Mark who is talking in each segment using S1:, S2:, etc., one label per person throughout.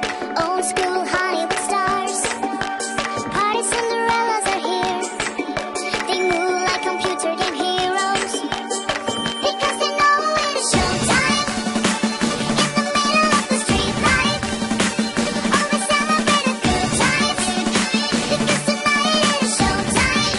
S1: to school, honey, with stars. Party Cinderellas are here. They move like computer game heroes. Because they know it is showtime. In the middle of the street light. Always celebrate the good times. Because tonight it is showtime.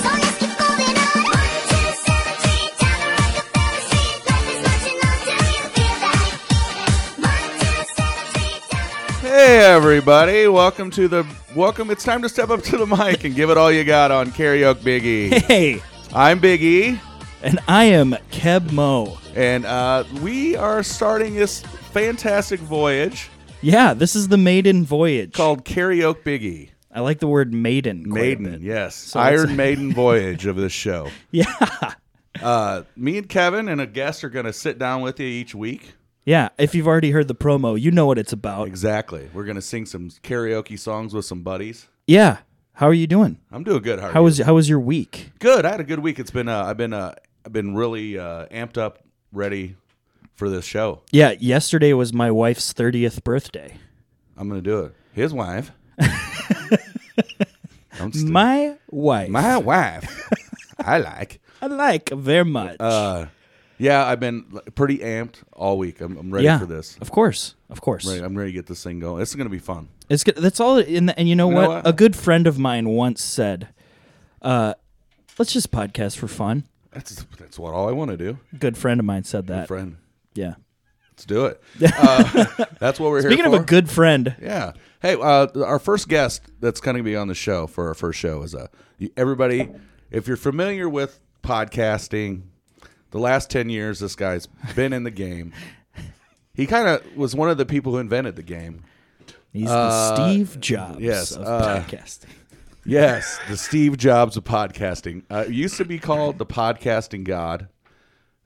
S1: So let's keep moving on. One, two, seven, three, down the Rockefeller Street. Life is marching on till you feel that. One, two, seven, three, down the
S2: Hey everybody, welcome to the welcome. It's time to step up to the mic and give it all you got on Karaoke Big E.
S3: Hey,
S2: I'm Big E,
S3: and I am Keb Mo.
S2: and uh, we are starting this fantastic voyage
S3: Yeah, this is the maiden voyage.
S2: called Karaoke Big E.
S3: I like the word maiden. Quite A
S2: Maiden,
S3: bit.
S2: yes,
S3: it's-
S2: Iron Maiden voyage of this show.
S3: Yeah.
S2: Uh, me and Kevin and a guest are going to sit down with you each week.
S3: Yeah. If you've already heard the promo, you know what it's about.
S2: Exactly. We're going to sing some karaoke songs with some buddies.
S3: Yeah. How are you doing?
S2: I'm doing good. How, are
S3: How
S2: you?
S3: was how was your week?
S2: Good. I had a good week. It's been uh, I've been uh, I've been really uh, amped up, ready for this show.
S3: Yeah, yesterday was my wife's 30th birthday.
S2: I'm gonna do it. His wife. I'm st-
S3: My wife.
S2: my wife. I like.
S3: I like very much.
S2: Uh, yeah, I've been like, pretty amped all week. I'm, I'm ready
S3: yeah.
S2: for this.
S3: Of course. Of course.
S2: Right, I'm ready to get this thing going. It's gonna be fun.
S3: It's good. That's all. In the, and you know,
S2: You know
S3: what?
S2: what?
S3: A good friend of mine once said, uh, "Let's just podcast for fun."
S2: That's that's what all I want to do,
S3: good friend of mine said that.
S2: friend.
S3: Yeah.
S2: Let's do it. Uh, that's what we're
S3: Speaking
S2: here
S3: of
S2: for.
S3: a good friend,
S2: Yeah. Hey, uh, our first guest that's going to be on the show for our first show is uh, you- everybody. If you're familiar with podcasting, the last ten years, this guy's been in the game. He kind of was one of the people who invented the game.
S3: he's the Steve Jobs
S2: yes,
S3: of
S2: uh,
S3: podcasting.
S2: Yes, the Steve Jobs of podcasting. Uh, it used to be called the podcasting god.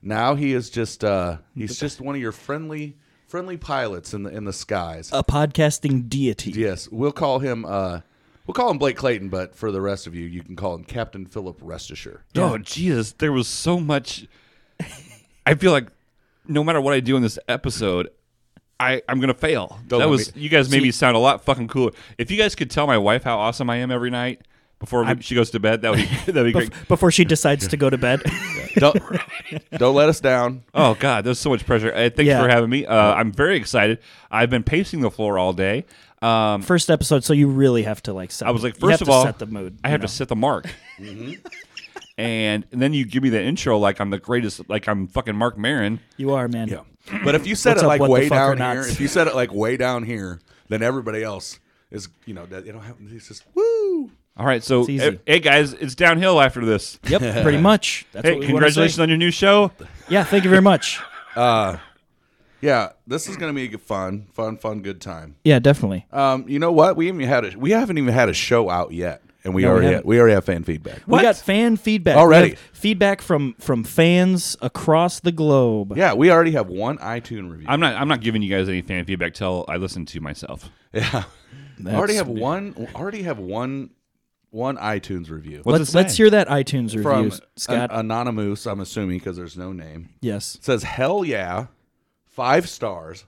S2: Now he is just uh, he's just one of your friendly friendly pilots in the in the skies.
S3: A podcasting deity.
S2: Yes, we'll call him. Uh, we'll call him Blake Clayton, but for the rest of you, you can call him Captain Philip Restisher.
S4: Oh Jesus, there was so much. I feel like no matter what I do in this episode, I I'm gonna fail.
S2: Don't
S4: that
S2: let
S4: was
S2: me-
S4: you guys made me sound a lot fucking cooler. If you guys could tell my wife how awesome I am every night before we- she goes to bed, that would be, that'd be great.
S3: Before she decides to go to bed.
S2: Don't don't let us down.
S4: Oh God, there's so much pressure. Uh, thanks
S3: Yeah.
S4: for having me. Uh, I'm very excited. I've been pacing the floor all day. Um,
S3: first episode, so you really have to like set
S4: I was like,
S3: you have
S4: first of
S3: to
S4: all,
S3: set the mood.
S4: I
S3: you
S4: have
S3: know?
S4: to set the mark. Mm-hmm. and, and then you give me the intro like I'm the greatest, like I'm fucking Mark Marin.
S3: You are, man.
S2: Yeah, but if you said
S3: What's
S2: it
S3: up,
S2: like
S3: what the
S2: way
S3: fuck or
S2: down
S3: not?
S2: here, if you said it like way down here, then everybody else is you know that you don't have. It's just woo.
S4: All right, so eh,
S3: easy.
S4: hey, hey, guys, it's downhill after this.
S3: Yep, pretty much. That's
S4: Hey,
S3: what we wanna say.
S4: congratulations on your new show.
S3: Yeah, thank you very much.
S2: Yeah, this is gonna be a fun, fun, fun, good time.
S3: Yeah, definitely.
S2: Um, you know what? We even had a, we haven't even had a show out yet, and we
S3: No, we
S2: already
S3: haven't.
S2: had, we already have fan feedback.
S3: We got fan feedback We
S2: Already?
S3: have Feedback from from fans across the globe.
S2: Yeah, we already have one iTunes review.
S4: I'm not. I'm not giving you guys any fan feedback till I listen to myself.
S2: I already have one. Already have one. One iTunes review.
S4: What's
S3: let's
S4: it say?
S3: let's hear that iTunes
S2: from uh,
S3: review, Scott.
S2: an- anonymous. I'm assuming because there's no name.
S3: yes.
S2: It says hell yeah, five stars.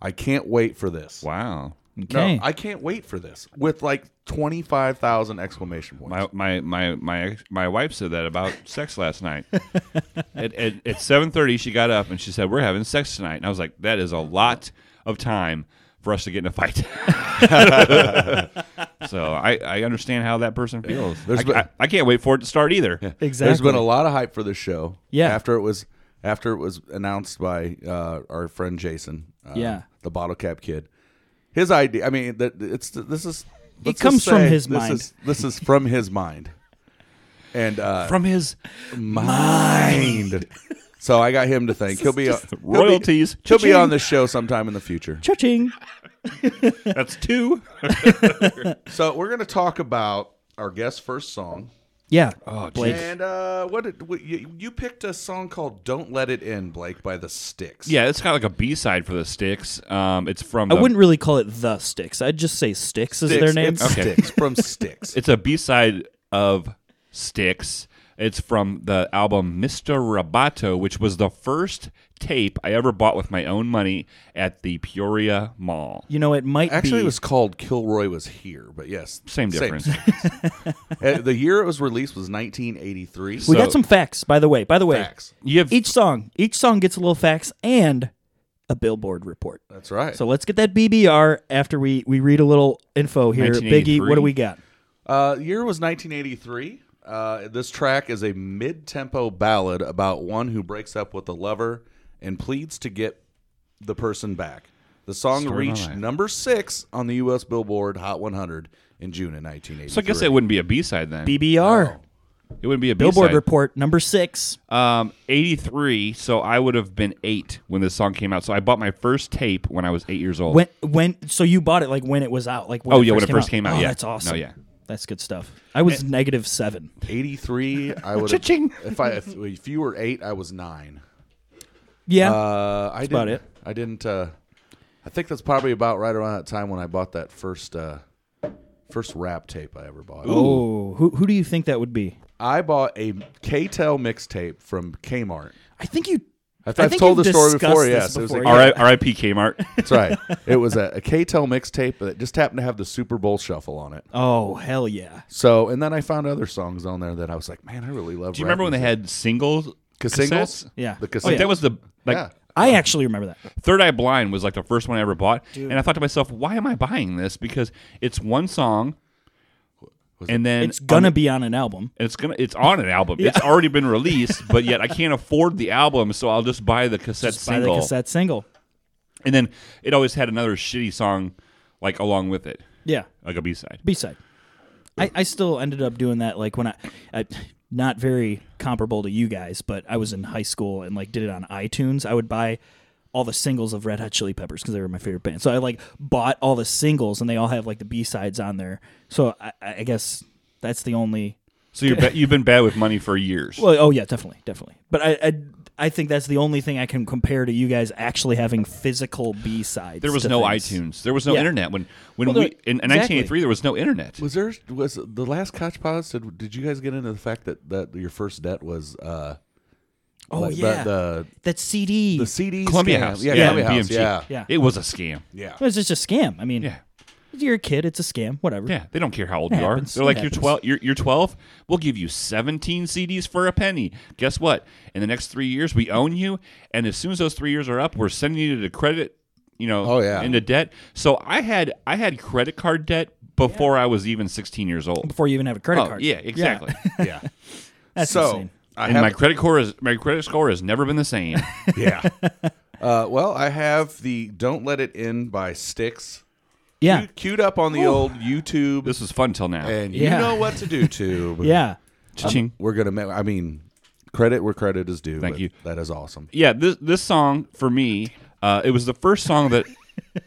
S2: I can't wait for this.
S4: Wow.
S3: Okay.
S2: No, I can't wait for this with like twenty five thousand exclamation points.
S4: My my my my ex- my wife said that about sex last night. at at, at seven thirty, she got up and she said, "We're having sex tonight," and I was like, "That is a lot of time for us to get in a fight." so I, I understand how that person feels.
S2: There's
S4: I,
S2: been-
S4: I- I can't wait for it to start either.
S2: There's
S3: exactly.
S2: been a lot of hype for this show.
S3: Yeah.
S2: After it was after it was announced by uh, our friend Jason. Uh,
S3: Yeah.
S2: The bottle cap kid. His idea. I mean, that it's this is. let's just
S3: comes from
S2: say
S3: his
S2: this
S3: mind.
S2: Is, this is from his mind. And uh,
S4: From his
S2: mind. so I got him to thank. He'll be he'll be-
S4: royalties.
S2: He'll be
S4: Cha-ching.
S2: on the show sometime in the future.
S3: Cha-ching.
S4: that's two.
S2: So we're going to talk about our guest's first song,
S3: Yeah.
S4: Oh,
S3: Blake.
S2: and uh, what, did, what you, you picked a song called "Don't Let It In," Blake by the Sticks.
S4: Yeah, it's kind of like a B side for the Sticks. Um, it's from
S3: I
S4: the-
S3: wouldn't really call it the Sticks. I'd just say Sticks is
S2: Sticks,
S3: their name.
S2: it's
S4: Okay.
S2: Sticks from Sticks.
S4: It's a B side of Sticks. It's from the album Mr. Roboto, which was the first tape I ever bought with my own money at the Peoria Mall.
S3: You know, it might
S2: Actually,
S3: be.
S2: it was called Kilroy Was Here, but yes,
S4: Same difference.
S2: Uh, the year it was released was 1983.
S3: we
S4: so-
S3: got some facts, by the way. By the way,
S2: Facts.
S4: You have
S3: each song, each song gets a little facts and a billboard report.
S2: That's right.
S3: So let's get that BBR after we we read a little info here. Biggie,
S4: 1983.
S3: what do we got?
S2: Uh, year was 1983. Uh, this track is a mid-tempo ballad about one who breaks up with a lover and pleads to get the person back. The song
S4: Story of my
S2: reached
S4: life.
S2: number six on the U.S. Billboard Hot 100 in June of 1983.
S4: so I guess it wouldn't be a B side then. Oh,
S3: BBR,
S4: it wouldn't be a B
S3: billboard
S4: side.
S3: report number six.
S4: Um, 83. So I would have been eight when this song came out. So I bought my first tape when I was eight years old.
S3: When when so you bought it like when it was out, like when
S4: Oh,
S3: it
S4: yeah,
S3: first
S4: when it first came out,
S3: Oh,
S4: yeah.
S3: that's awesome.
S4: No, yeah.
S3: that's good stuff. I was negative seven.
S2: 83. I would.
S4: Cha-ching.
S2: if I if, if you were eight, I was nine.
S3: Yeah,
S2: Uh, I didn't,
S3: about it.
S2: I didn't. Uh, I think that's probably about right around that time when I bought that first uh, first rap tape I ever
S4: Uh,
S2: bought.
S3: Oh, who who do you think that would be?
S2: I bought a KTEL mixtape from Kmart.
S3: I think you.
S2: I th-
S3: I
S2: I've
S3: think
S2: told
S3: you've
S2: the story
S3: discussed
S2: before,
S3: this
S2: yes. It was
S3: before,
S2: like-
S3: yeah.
S4: All right, R.I.P. Kmart.
S2: That's right. It was a, a KTEL mixtape that just happened to have the Super Bowl shuffle on it.
S3: Oh hell yeah!
S2: So, and then I found other songs on there that I was like, man, I really love.
S4: Do you remember when they had singles?
S2: singles?
S4: cassettes?
S3: Oh, Yeah.
S2: the
S3: Like,
S2: cassette.
S4: Like that was the like
S2: yeah.
S3: I actually remember that.
S4: Third Eye Blind was like the first one I ever bought, and I thought to myself, why am I buying this? Because it's one song, and then
S3: It's gonna be on an album.
S4: and it's gonna it's on an album. It's already been released, but yet I can't afford the album, so I'll just buy the cassette
S3: Just buy
S4: single.
S3: the cassette single.
S4: And then it always had another shitty song like along with it,
S3: Yeah,
S4: like a B side.
S3: B side. I, I still ended up doing that like when I, I, not very comparable to you guys, but I was in high school and like did it on iTunes. I would buy all the singles of Red Hot Chili Peppers because they were my favorite band. So I like bought all the singles and they all have like the B sides on there. So I, I guess that's the only
S4: So you're ba- you've been bad with money for years.
S3: Well, oh yeah, definitely, definitely. But I, I, I think that's the only thing I can compare to you guys actually having physical B sides.
S4: there was no iTunes. There was no
S3: Yeah.
S4: internet when when
S3: Well, there-
S4: we in, in
S3: exactly.
S4: 1983 there was no internet.
S2: Was there was the last Koch Pause? Did, did you guys get into the fact that that your first debt was uh
S3: Oh
S2: like the-
S3: yeah,
S2: the,
S3: that CD.
S2: the CD
S4: Columbia
S2: scam.
S4: House,
S2: yeah,
S4: yeah,
S2: Columbia House
S4: BMG.
S2: yeah
S3: Yeah.
S4: It was a scam.
S2: yeah
S3: it was just a scam. I mean,
S4: Yeah.
S3: you're a kid. It's a scam. Whatever.
S4: Yeah, they don't care how old
S3: It
S4: you
S3: happens.
S4: are. They're like
S3: It
S4: you're
S3: happens.
S4: twelve. You're, you're twelve. We'll give you seventeen CDs for a penny. Guess what? In the next three years, we own you, and as soon as those three years are up, we're sending you to credit. You know,
S2: Oh, yeah.
S4: into debt. So I had I had credit card debt before I was even sixteen years old.
S3: Before you even have a credit
S4: Oh,
S3: card.
S4: yeah, exactly.
S2: yeah.
S3: That's
S2: so
S3: insane.
S2: I
S4: and
S2: have
S4: my credit score is my credit score has never been the same.
S2: yeah. Uh, well, I have the "Don't Let It In" by Styx
S3: Yeah.
S2: Cu- queued up on the old YouTube,
S4: this was fun till now.
S2: and you
S3: Yeah.
S2: know what to do, too.
S3: Yeah.
S4: Cha-ching.
S2: we're gonna. ma- I mean, credit where credit is due.
S4: Thank
S2: but
S4: you.
S2: That is awesome.
S4: yeah this this song for me uh, it was the first song that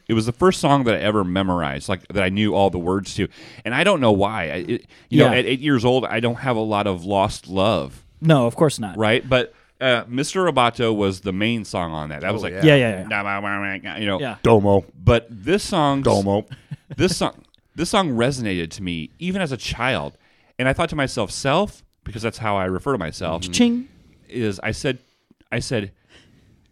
S4: it was the first song that i ever memorized like that i knew all the words to and i don't know why I, it, you know
S3: Yeah.
S4: at eight years old i don't have a lot of lost love
S3: No, of course not.
S4: right but uh, mr roboto was the main song on that i was like
S2: Oh, yeah.
S3: Yeah, yeah, yeah.
S4: "Nah, wah, wah, wah," you know
S3: Yeah.
S2: Domo,
S4: but this song
S2: Domo.
S4: this song this song resonated to me even as a child and i thought to myself self because that's how i refer to myself
S2: Mm-hmm.
S3: Ching.
S4: is I said, I said,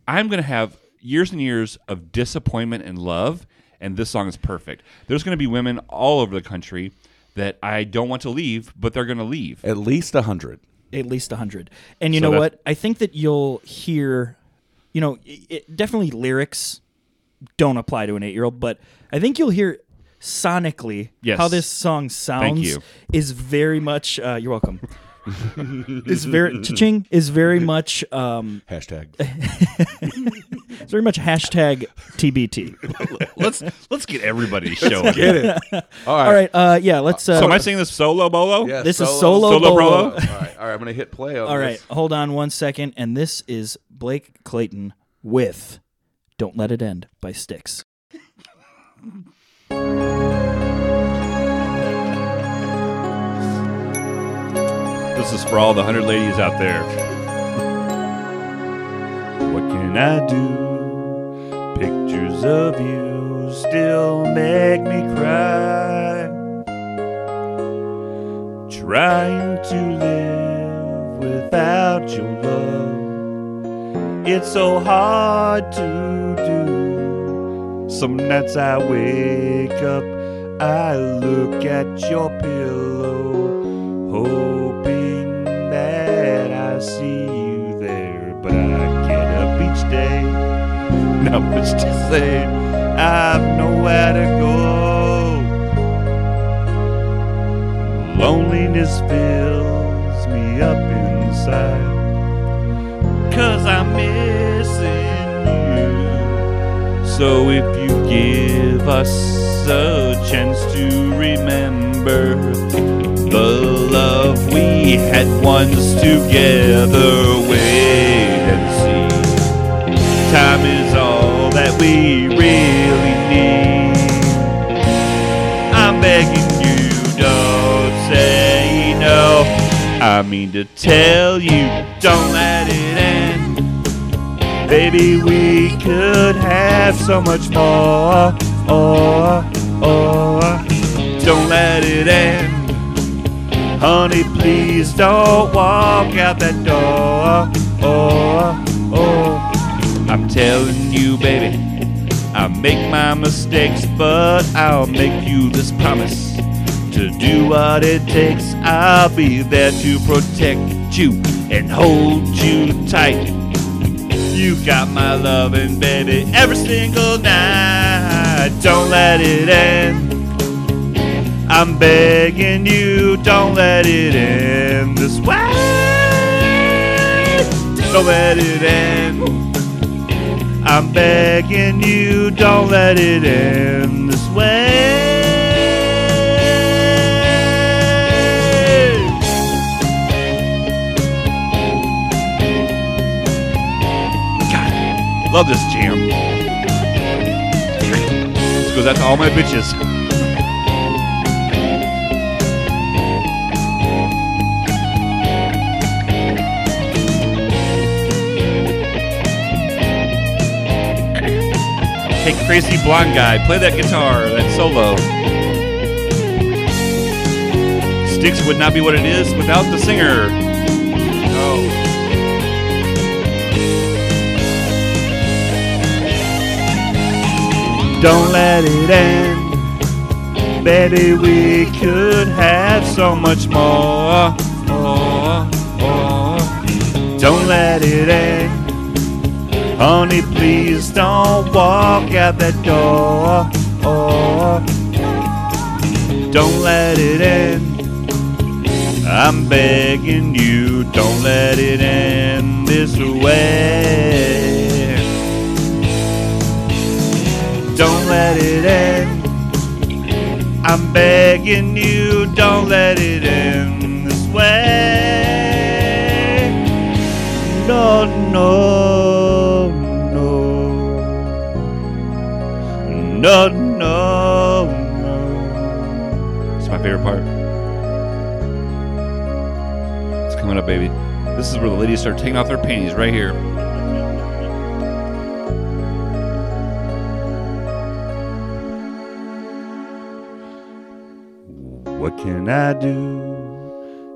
S4: I'm gonna have years and years of disappointment and love, and this song is perfect. There's gonna be women all over the country that I don't want to leave, but they're gonna leave.
S2: At least a hundred.
S3: at least 100 and you
S4: So
S3: know
S4: that's-
S3: what i think that you'll hear you know it, it, definitely lyrics don't apply to an eight-year-old but i think you'll hear sonically
S4: Yes.
S3: how this song sounds
S4: you.
S3: is very much uh, you're welcome is very ching is very much um
S2: Hashtag.
S3: it's very much hashtag tbt
S4: let's let's get everybody to show up.
S2: Get it. All right.
S3: all right uh yeah let's uh
S4: So am I singing this solo bolo?
S2: Yeah,
S3: this is solo
S4: Solo
S2: All
S3: bolo.
S4: Brolo.
S2: right. All right. I'm gonna hit play. On
S3: all right
S2: this.
S3: hold on one second and this is blake clayton with don't let it end by sticks
S4: This is for all the hundred ladies out there. What can I do? Pictures of you still make me cry. Trying to live without your love It's so hard to do. Some nights I wake up, I look at your pillow, hoping that I see you there. But I get up each day, not much to say. I've nowhere to go. Loneliness fills me up inside. Cause I'm missing you. So if you give us a chance to remember the love we had once together, wait and see. Time is all that we really need. I'm begging you, don't say no. I mean to tell you, don't let it end. Baby, we could have so much more. Or, or, don't let it end. Honey, please don't walk out that door. Or, or, I'm telling you, baby, I make my mistakes, but I'll make you this promise to do what it takes. I'll be there to protect you and hold you tight. You got my loving, baby, every single night. Don't let it end. I'm begging you, don't let it end this way. Don't let it end. I'm begging you, don't let it end this way. God, love this jam. This goes out to all my bitches. Hey, crazy blonde guy, play that guitar, that solo. Sticks would not be what it is without the singer. Oh. Don't let it end. Baby, we could have so much more. more, more. Don't let it end. Honey, please don't walk out that door. Don't let it end. I'm begging you, don't let it end this way. Don't let it end. I'm begging you, don't let it end this way. No, no, no. No, no, no. It's my favorite part. It's coming up, baby. This is where the ladies start taking off their panties, right here. What can I do?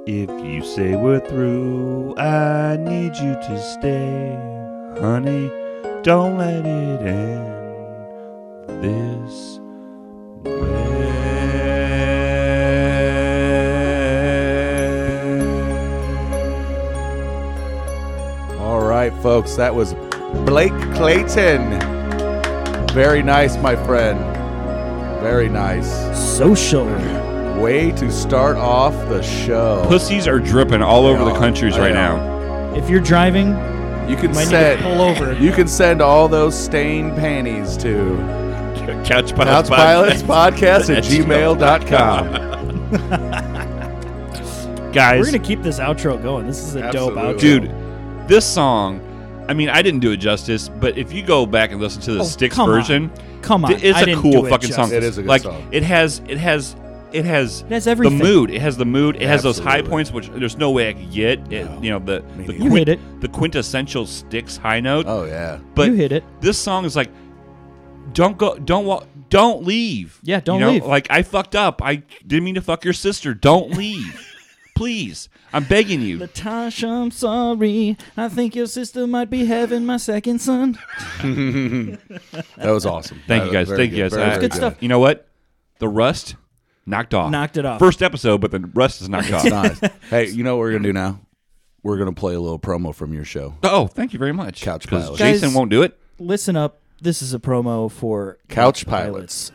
S4: If you say we're through, I need you to stay. Honey, don't let it end this way.
S2: All right, folks, that was Blake Clayton. Very nice, my friend. Very nice.
S3: Social.
S2: Way to start off the show.
S4: Pussies are dripping all over
S2: Yeah,
S4: the countries
S2: I
S4: right
S2: know.
S4: now.
S3: If you're driving,
S2: You can
S3: might need to
S2: send
S3: pull over.
S2: you can send all those stained panties to
S4: Couch pilots.
S2: couchpilotspodcast at gmail.com.
S4: Guys,
S3: We're gonna keep this outro going. This is a dope
S2: Absolutely.
S3: outro.
S4: dude, this song. I mean, I didn't do it justice, but if you go back and listen to the
S3: Oh,
S4: Sticks
S3: come on.
S4: version,
S3: Come on,
S4: Th- It's
S3: I
S4: a
S3: didn't
S4: cool
S3: do it
S4: fucking song.
S3: justice.
S2: It is a good
S4: like,
S2: song.
S4: It has it has it has
S3: It has everything.
S4: The mood. It has the mood. It has those high
S2: Absolutely.
S4: points which there's no way I could get. It,
S2: No.
S4: you know the
S2: Me neither.
S4: the,
S2: You
S4: quin-
S3: hit it.
S4: the quintessential sticks high note.
S2: Oh yeah.
S4: but
S3: you hit it.
S4: this song is like don't go don't walk don't leave.
S3: Yeah, don't
S4: You know,
S3: leave.
S4: Like I fucked up. I didn't mean to fuck your sister. Don't leave. Please, I'm begging you.
S3: Latasha, I'm sorry. I think your sister might be having my second son.
S2: That was awesome. That
S4: Thank you
S2: was
S4: guys.
S2: very
S4: Thank you
S2: good.
S4: guys.
S2: Very,
S4: I-
S2: very
S3: Good stuff.
S4: You know what? The rust knocked off.
S3: Knocked it off.
S4: First episode, but the rust is knocked off.
S2: Nice. Hey, you know what we're gonna do now? We're gonna play a little promo from your show.
S4: Oh, thank you very much.
S2: Couch
S4: 'Cause
S2: pilot.
S4: Jason
S3: Guys-
S4: won't do it.
S3: Listen up. This is a promo for
S2: Couch Pilots.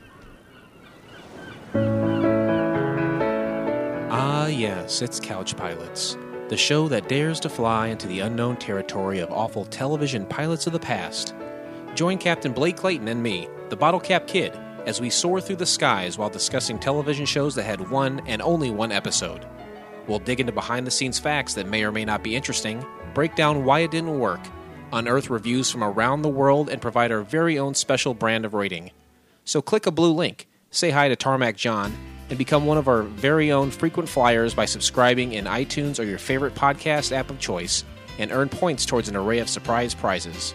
S5: Ah, yes, it's Couch Pilots, the show that dares to fly into the unknown territory of awful television pilots of the past. Join Captain Blake Clayton and me, the Bottle Cap Kid, as we soar through the skies while discussing television shows that had one and only one episode. We'll dig into behind the scenes facts that may or may not be interesting, break down why it didn't work, unearth reviews from around the world, and provide our very own special brand of rating. So click a blue link, say hi to Tarmac John, and become one of our very own frequent flyers by subscribing in iTunes or your favorite podcast app of choice and earn points towards an array of surprise prizes.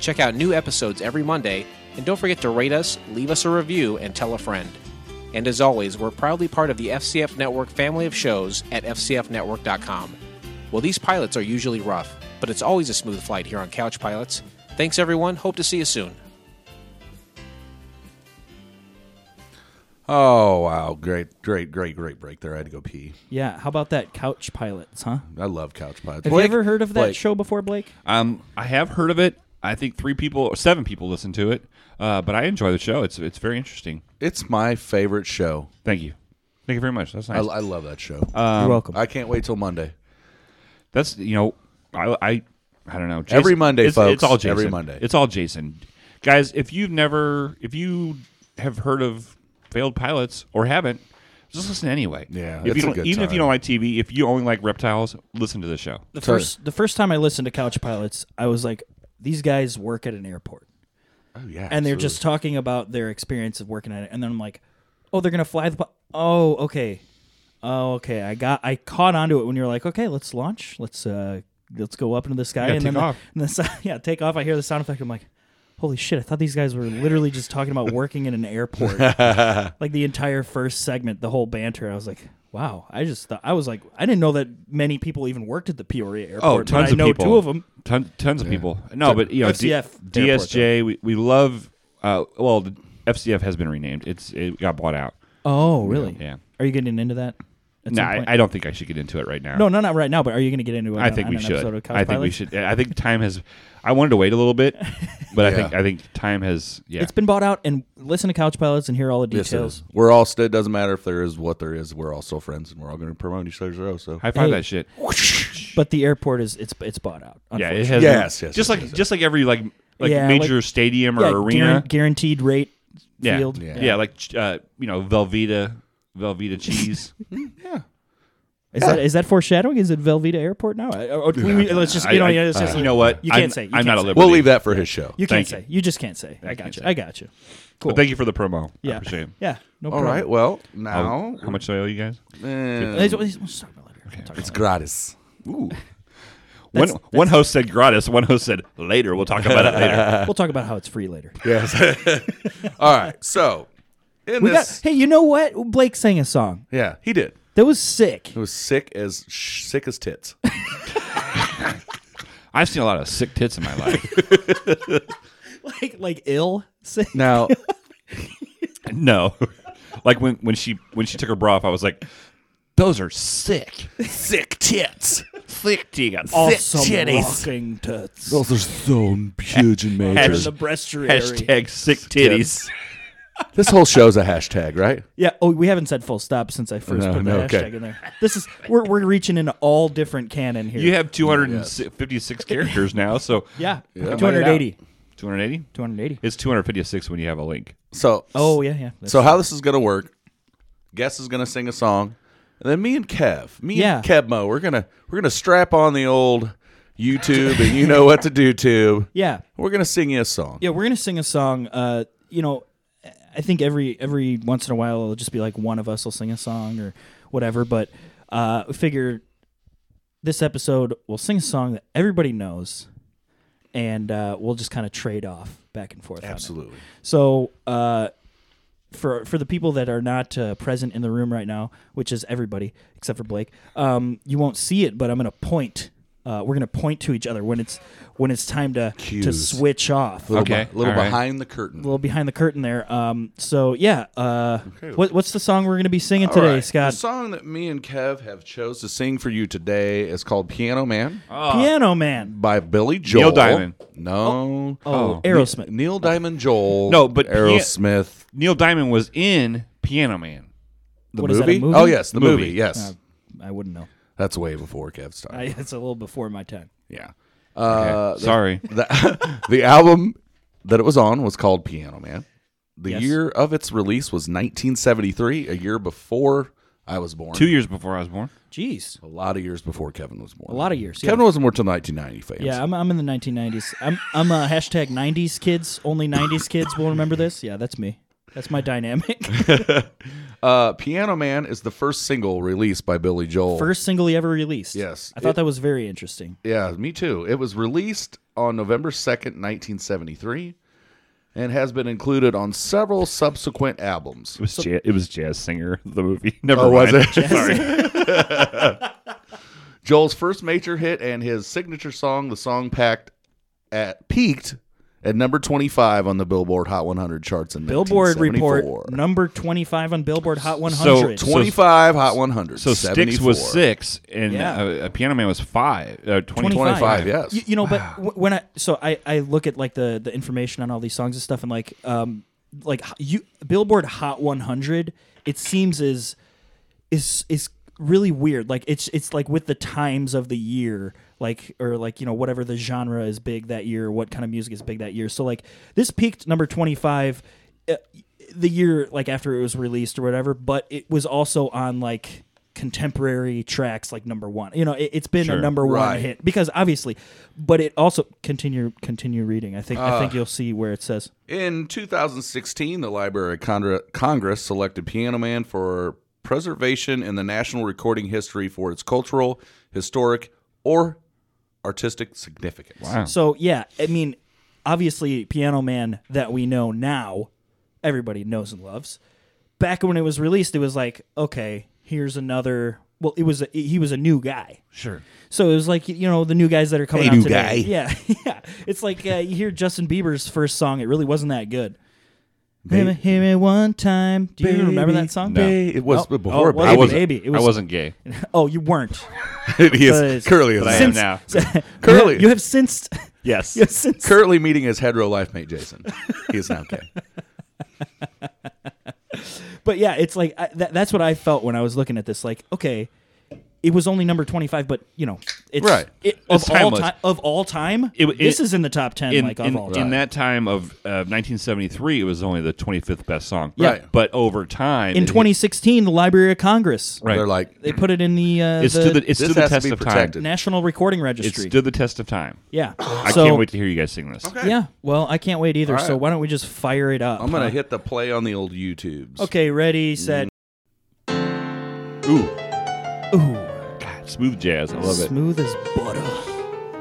S5: Check out new episodes every Monday, and don't forget to rate us, leave us a review, and tell a friend. And as always, we're proudly part of the FCF Network family of shows at FCFnetwork.com. Well, these pilots are usually rough, but it's always a smooth flight here on Couch Pilots. Thanks, everyone. Hope to see you soon.
S2: Oh wow, great, great, great, great break there. I had to go pee.
S3: Yeah, how about that Couch Pilots, huh?
S2: I love Couch Pilots.
S3: Have
S2: Blake-
S3: you ever heard of that
S2: Blake,
S3: show before, Blake?
S4: Um, I have heard of it. I think three people or seven people listen to it, uh, but I enjoy the show. It's it's very interesting.
S2: It's my favorite show.
S4: Thank you. Thank you very much. That's
S2: I,
S4: nice.
S2: I love that show.
S3: You're welcome.
S2: I can't wait till Monday.
S4: That's you know, I I, I don't know. Jason-
S2: Every Monday,
S4: it's,
S2: folks.
S4: It's all Jason.
S2: Every Monday.
S4: It's all Jason. Guys, if you've never, if you have heard of failed pilots or haven't, just listen anyway.
S2: Yeah,
S4: If
S2: it's
S4: you
S2: a
S4: don't,
S2: good
S4: even if
S2: time.
S4: you don't like TV, if you only like reptiles, listen to the show.
S3: the
S2: Sorry.
S3: first the first time I listened to Couch Pilots, I was like, these guys work at an airport,
S2: Oh yeah,
S3: and they're just talking about their experience of working at it. And then I'm like, oh, they're gonna fly the. pi- Oh, okay, oh, okay. I got I caught onto it when you were like, okay, let's launch, let's uh, let's go up into the sky,
S4: Yeah,
S3: and
S4: take
S3: then the-
S4: off.
S3: and the, sou- yeah, take off. I hear the sound effect. I'm like. Holy shit! I thought these guys were literally just talking about working in an airport, like the entire first segment, the whole banter. I was like, "Wow!" I just thought I was like, I didn't know that many people even worked at the Peoria airport.
S4: Oh,
S3: but
S4: tons
S3: I
S4: of
S3: know
S4: people.
S3: Two of them.
S4: Ton, tons of people. No, but you know, D-
S3: FCF airport,
S4: DSJ. We, we love. Uh, well, the FCF has been renamed. It's it got bought out.
S3: Oh, really?
S4: Yeah.
S3: Are you getting into that? at
S4: No,
S3: some
S4: I,
S3: point?
S4: I don't think I should get into it right now.
S3: no, no, not right now. But are you going to get into it?
S4: I
S3: on-
S4: think
S3: on
S4: we
S3: an
S4: should.
S3: episode of Couch
S4: I think we
S3: Pilots?
S4: should. I think time has. I wanted to wait a little bit, but I think
S2: Yeah.
S4: I think time has. Yeah,
S3: It's been bought out, and listen to Couch Pilots and hear all the
S2: Yes, it is.
S3: details.
S2: We're all. It doesn't matter if there is what there is. We're all still friends, and we're all going to promote each other's show. So
S4: high five
S3: Hey.
S4: that shit.
S3: But the airport is it's it's bought out.
S4: Yeah,
S3: unfortunately.
S4: it has.
S2: Yes, yes, yes,
S4: Just like
S2: yes,
S4: just like every like like
S3: Yeah,
S4: major
S3: like-
S4: stadium or
S3: Yeah,
S4: arena.
S3: guaran- guaranteed rate
S4: yeah.
S3: field.
S4: yeah, like uh, you know Velveeta, Velveeta cheese.
S3: Is that is that foreshadowing? Is it Velveeta Airport now? I- or- we- we- let's just
S4: I-
S3: you know
S4: I- uh,
S3: yeah, let's just-
S4: you know what?
S3: you can't
S4: I'm-
S3: say you
S4: I'm
S3: can't
S4: not a
S3: say.
S4: liberal.
S2: we'll leave that for his show.
S3: You can't
S4: Thank
S3: say. You just can't say. I
S4: can't
S3: got you.
S4: say.
S3: I got you. Cool.
S4: But thank you for the promo. I
S3: yeah.
S4: appreciate it.
S3: Yeah. No
S2: All
S3: problem.
S2: right. Well, now
S4: How much do I owe you guys?
S2: eh,
S3: Let's- let's- let's talk about it later. We'll talk
S2: it's gratis.
S4: Ooh. One,
S3: That's-
S4: one host said gratis. One host said later. We'll talk about it later.
S3: about- We'll talk about how it's free later.
S2: All right. So in
S3: We got,
S2: this,
S3: hey, you know what? Blake sang a song
S2: yeah, he did.
S3: that was sick.
S2: It was sick as sh- sick as tits.
S4: I've seen a lot of sick tits in my life.
S3: like like ill sick.
S2: Now,
S4: No. like when, when she when she took her bra off, I was like, those are sick.
S2: sick tits.
S4: Sick tits.
S3: Awesome rocking tits.
S2: Those are so huge and
S3: Out
S2: major.
S3: in the breasture area.
S4: Hashtag sick titties.
S2: this whole show's a hashtag, right?
S3: Yeah. Oh, we haven't said full stop since I first
S2: No,
S3: put
S2: no,
S3: the hashtag
S2: okay.
S3: in there. This is we're we're reaching into all different canon here.
S4: You have 256 characters now, so
S3: yeah.
S4: it out.
S3: 280.
S4: 280?
S3: 280.
S4: It's 256 when you have a link.
S2: So,
S3: Oh yeah, yeah. That's-
S2: so how this is gonna work? Guess is gonna sing a song, and then me and Kev, me
S3: Yeah.
S2: and Kevmo, we're gonna we're gonna strap on the old YouTube and you know what to do tube.
S3: yeah.
S2: We're gonna sing you a song.
S3: Yeah, we're gonna sing a song. Uh, you know, I think every every once in a while it'll just be like one of us will sing a song or whatever. But uh, we figure this episode we'll sing a song that everybody knows, and uh, we'll just kind of trade off back and forth. on it.
S2: Absolutely.
S3: So uh, for for the people that are not uh, present in the room right now, which is everybody except for Blake, um, you won't see it, but I'm gonna point. Uh, we're gonna point to each other when it's when it's time to to
S2: Cues.
S3: switch off.
S2: little
S4: Okay,
S2: be- little
S4: all right.
S2: behind the curtain.
S3: A little behind the curtain there. Um, so yeah, uh, what, what's the song we're gonna be singing today,
S2: All right.
S3: Scott?
S2: The song that me and Kev have chose to sing for you today is called Piano Man
S3: Piano Man.
S2: by Billy Joel.
S4: Oh. Diamond.
S2: No.
S3: Oh,
S4: Oh.
S3: Aerosmith.
S2: Neil Diamond Joel.
S4: No, but
S2: Aerosmith.
S4: Neil Diamond was in Piano Man.
S2: the
S3: What
S2: movie?
S3: is that, a movie?
S2: Oh yes, the movie.
S4: Movie.
S2: Yes,
S3: Uh, I wouldn't know.
S2: that's way before Kev's time.
S3: I, it's a little before my time.
S2: yeah.
S4: Okay,
S2: Uh, the-
S4: Sorry.
S2: The, the album that it was on was called Piano Man. The
S3: Yes.
S2: year of its release was 1973, a year before I was born.
S4: Two years before I was born.
S3: Jeez,
S2: a lot of years before Kevin was born.
S3: a lot of years. Yeah.
S2: Kevin wasn't born till 1990. Fans.
S3: Yeah, I'm, I'm in the 1990s. I'm I'm a hashtag 90s kids. Only 90s kids will remember this. Yeah, that's me. That's my dynamic.
S2: Uh, Piano Man is the first single released by Billy Joel.
S3: First single he ever released.
S2: Yes.
S3: I thought
S2: It-
S3: that was very interesting.
S2: Yeah, me too. It was released on November 2nd, 1973, and has been included on several subsequent albums.
S4: It was jazz, it was jazz singer the movie. Never
S2: Oh, was
S4: mind.
S2: it? Sorry. Joel's first major hit and his signature song, the song packed at peaked at number 25 on the Billboard Hot 100 charts in
S3: Billboard report
S2: 1974.
S3: number 25 on Billboard Hot 100.
S4: So
S2: 25 Hot 100.
S4: So Styx
S2: 74.
S4: was six, and
S3: Yeah.
S4: uh, uh, Piano Man was five. Uh, 20,
S2: 25, yes.
S3: You, you know, but w- when I so I I look at like the the information on all these songs and stuff, and like um like h- you Billboard Hot 100, it seems is is is really weird. Like it's it's like with the times of the year, like or like you know whatever the genre is big that year, what kind of music is big that year. So like this peaked number 25 uh, the year like after it was released or whatever, but it was also on like contemporary tracks like number 1. You know, it, it's been a
S4: Sure.
S3: number 1
S2: Right.
S3: hit because obviously, but it also continue continue reading. I think I think you'll see where it says
S2: In 2016, the Library of Congre- Congress selected Piano Man for preservation in the national recording history for its cultural, historic, or artistic significance.
S4: Wow.
S3: So yeah, I mean, obviously, Piano Man that we know now, everybody knows and loves. Back when it was released, it was like, okay, here's another. Well, it was a, he was a new guy,
S4: Sure.
S3: so it was like you know the new guys that are coming
S2: Hey,
S3: out
S2: new
S3: today.
S2: guy.
S3: Yeah, yeah. It's like uh, you hear Justin Bieber's first song; it really wasn't that good. Hit me, hit me one time. Do you remember
S2: Baby,
S3: that song?
S4: No.
S2: Hey, it was
S3: Oh,
S2: before
S3: oh, was it
S4: I
S2: Baby.
S4: wasn't.
S3: baby, it was-
S4: I wasn't gay.
S3: Oh, you weren't.
S2: he
S3: Because-
S2: is curly as
S4: But I
S2: hell.
S4: am now.
S2: Curly.
S3: You have since.
S4: Yes.
S3: You have since.
S2: currently meeting his hetero life mate Jason. He is now gay.
S3: but yeah, it's like I, that, that's what I felt when I was looking at this. Like, okay, it was only number twenty five, but you know, it's
S2: Right.
S3: it, of
S4: It's
S3: all
S4: timeless.
S3: time. Of all time,
S4: It- it-
S3: this is in the top ten.
S4: In,
S3: like of
S4: in,
S3: all
S4: in
S3: time,
S4: that time of uh, 1973, it was only the 25th best song.
S2: Yeah. Right.
S4: But over time,
S3: in
S4: it-
S3: twenty sixteen, the Library of Congress,
S4: Right.
S2: They're like,
S3: they put it in the uh,
S4: It's
S3: the
S4: to the it's
S2: This
S4: to the
S2: has to
S4: test
S2: be
S4: of
S2: protected.
S4: time.
S3: National Recording
S4: It's
S3: Registry.
S4: to the test of time.
S3: yeah,
S4: I
S3: so,
S4: can't wait to hear you guys sing this.
S3: Yeah, well, I can't wait either.
S2: All right.
S3: So why don't we just fire it up?
S2: I'm gonna
S3: huh?
S2: hit the play on the old YouTubes.
S3: Okay, ready, set.
S2: Ooh,
S3: Ooh,
S4: God, smooth jazz. I Mm. love it.
S3: smooth as butter.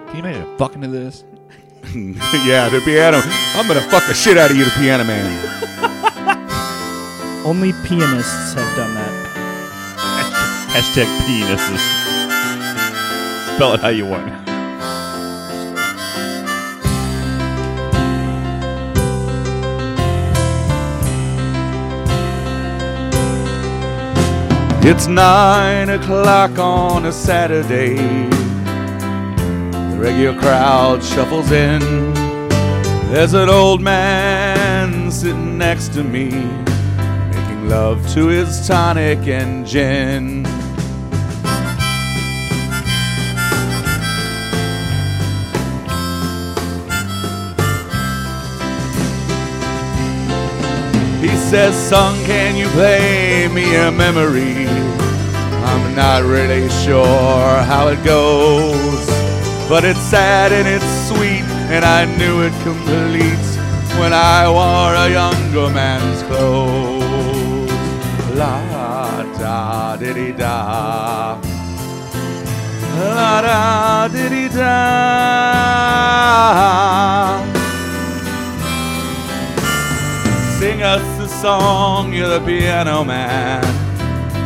S4: Can you imagine a fuck into this?
S2: yeah, the piano. I'm gonna fuck the shit out of you, the piano man.
S3: Only pianists have done that.
S4: Hashtag penises. Spell it how you want.
S2: It's nine o'clock on a Saturday. The regular crowd shuffles in. There's an old man sitting next to me, making love to his tonic and gin. He says, Son, can you play me a memory? I'm not really sure how it goes, but it's sad and it's sweet, and I knew it complete when I wore a younger man's clothes. La da diddy da. La da diddy da. Sing us a
S6: song, you're the piano man.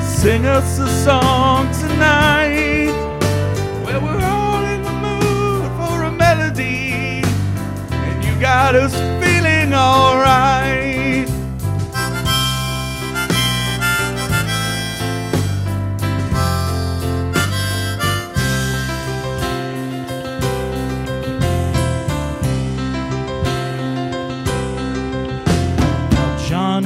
S6: Sing us a song tonight. Well, we're all in the mood for a melody, and you got us feeling alright.
S3: John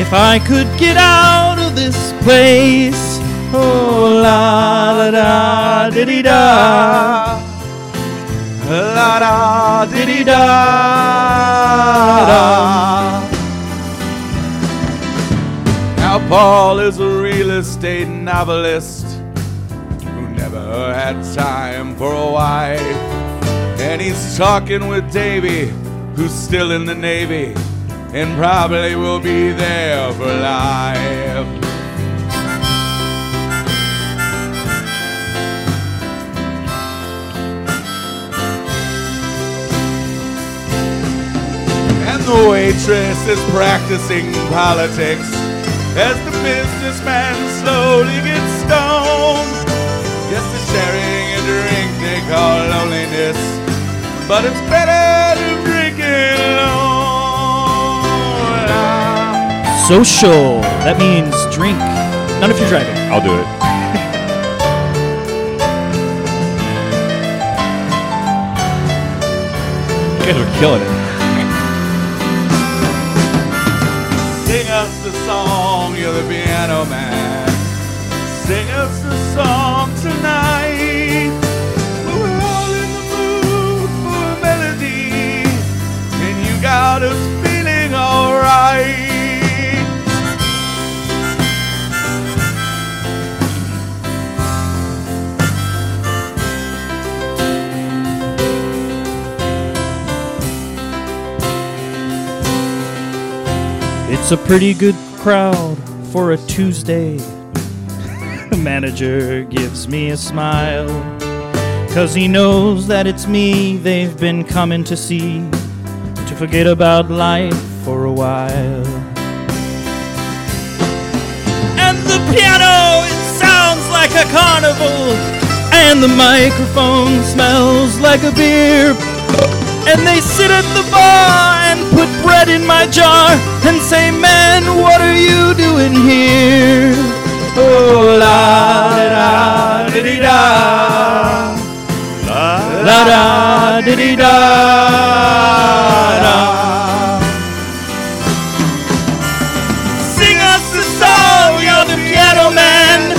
S3: If I could get out of this place, oh la la da diddy da,
S6: La da
S3: diddy da.
S6: Now, Paul is a real estate novelist who never had time for a wife. And he's talking with Davy, who's still in the Navy and probably will be there for life. And the waitress is practicing politics as the businessman slowly gets stoned. Yes, they're sharing a drink they call loneliness, but it's better to drink it alone. Ah,
S3: Social. That means drink. Not if you're driving.
S4: I'll do it. You guys are killing it.
S6: Sing us the song, you're the piano man. Sing us the song tonight. We're all in the mood for a melody, and you got us feeling alright.
S3: It's a pretty good crowd for a Tuesday. The manager gives me a smile. Cause he knows that it's me they've been coming to see. To forget about life for a while. And the piano, it sounds like a carnival. And the microphone smells like a beer. And they sit at the bar and put bread in my jar and say, Man, what are you doing here? Oh, la da da di da. La da di di da. Sing us a song, you're the piano man.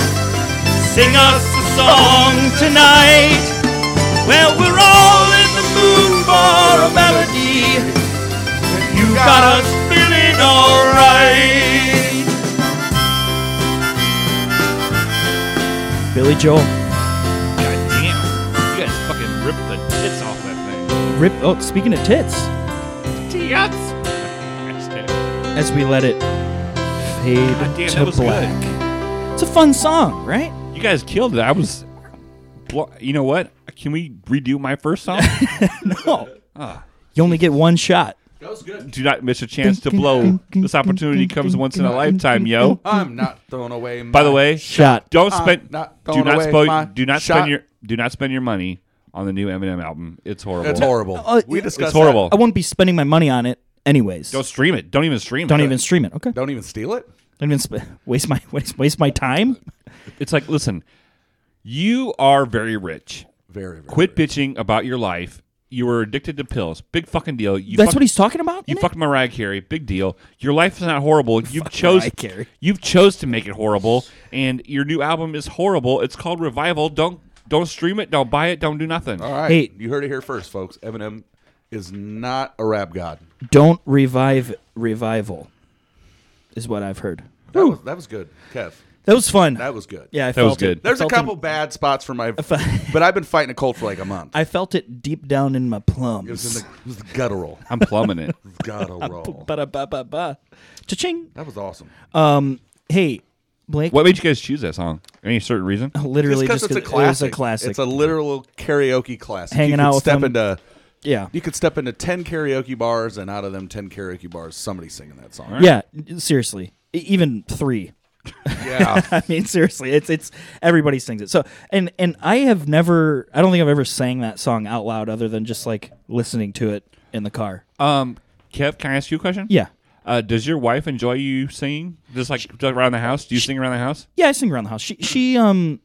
S3: Sing us a song tonight. Well, we're all in the mood for a melody. You got us feeling alright. Billy Joel.
S4: God damn. You guys fucking ripped the tits off that
S3: Rip. Oh, speaking of tits,
S4: thing. Tits.
S3: as we let it fade
S4: damn, that
S3: to
S4: was
S3: black. It's a fun song, right?
S4: You guys killed it. I was. Blo- you know what? Can we redo my first song?
S3: No.
S4: Uh,
S3: You only get one shot.
S4: Do not miss a chance to blow. This opportunity comes once in a lifetime, yo.
S6: I'm not throwing away my
S4: By the way,
S3: Shot.
S4: don't
S6: I'm
S4: spend.
S6: not
S4: do
S6: throwing
S4: not
S6: away my
S4: spend. Do not
S6: shot.
S4: spend your. Do not spend your money on the new Eminem album. It's horrible.
S6: It's horrible.
S2: Oh,
S3: Uh,
S6: we
S3: it's
S6: discussed
S4: It's horrible.
S3: I won't be spending my money on it anyways.
S4: Don't stream it. Don't even stream
S3: Don't
S4: it.
S3: even stream it. Okay.
S6: that. Don't even steal it.
S3: Don't even sp- waste my waste, waste my time.
S4: It's like, listen, you are very rich.
S6: Very, very
S4: Quit bitching about your life. You were addicted to pills. Big fucking deal. You
S3: That's
S4: fuck-
S3: what he's talking about.
S4: You
S3: in it?
S4: fucked Mariah Carey. Big deal. Your life is not horrible. You've chose.
S3: Mariah Carey.
S4: You've chose to make it horrible, and your new album is horrible. It's called Revival. Don't don't stream it. Don't buy it. Don't do nothing.
S6: All right.
S3: Hey.
S6: You heard it here first, folks. Eminem is not a rap god.
S3: Don't revive revival. is what I've heard.
S2: That was, that was good, Kev.
S3: That was fun.
S2: That was good.
S3: yeah, I
S4: That was
S3: felt it.
S4: good.
S3: I
S2: There's a
S3: felt it-
S2: couple bad spots for my,
S3: fe-
S2: but I've been fighting a cold for like a month.
S3: I felt it deep down in my plums.
S2: it was in the, it was the guttural,
S4: I'm plumbing it.
S2: guttural.
S3: Ba-da-ba-ba-ba. Cha-ching.
S2: That was awesome.
S3: Um, hey, Blake.
S4: What made you guys choose that song? Any certain reason?
S3: Literally,
S2: because
S3: just
S2: it's a
S3: 'cause it
S2: classic.
S3: was a classic.
S2: It's a literal karaoke classic.
S3: Hanging
S2: you could
S3: out with
S2: step
S3: them.
S2: into.
S3: yeah,
S2: You could step into ten karaoke bars, and out of them ten karaoke bars, somebody's singing that song.
S3: yeah. Seriously, E- even three.
S2: Yeah,
S3: I mean, seriously, it's it's everybody sings it. So, and and I have never, I don't think I've ever sang that song out loud other than just like listening to it in the car. Uh,
S4: Um, Kev, can I ask you a question?
S3: Oh. Yeah,
S4: Uh, does your wife enjoy you singing? Just like just around the house? Do you sing around the house?
S3: yeah, I sing around the house.
S2: Hmm.
S3: She she um,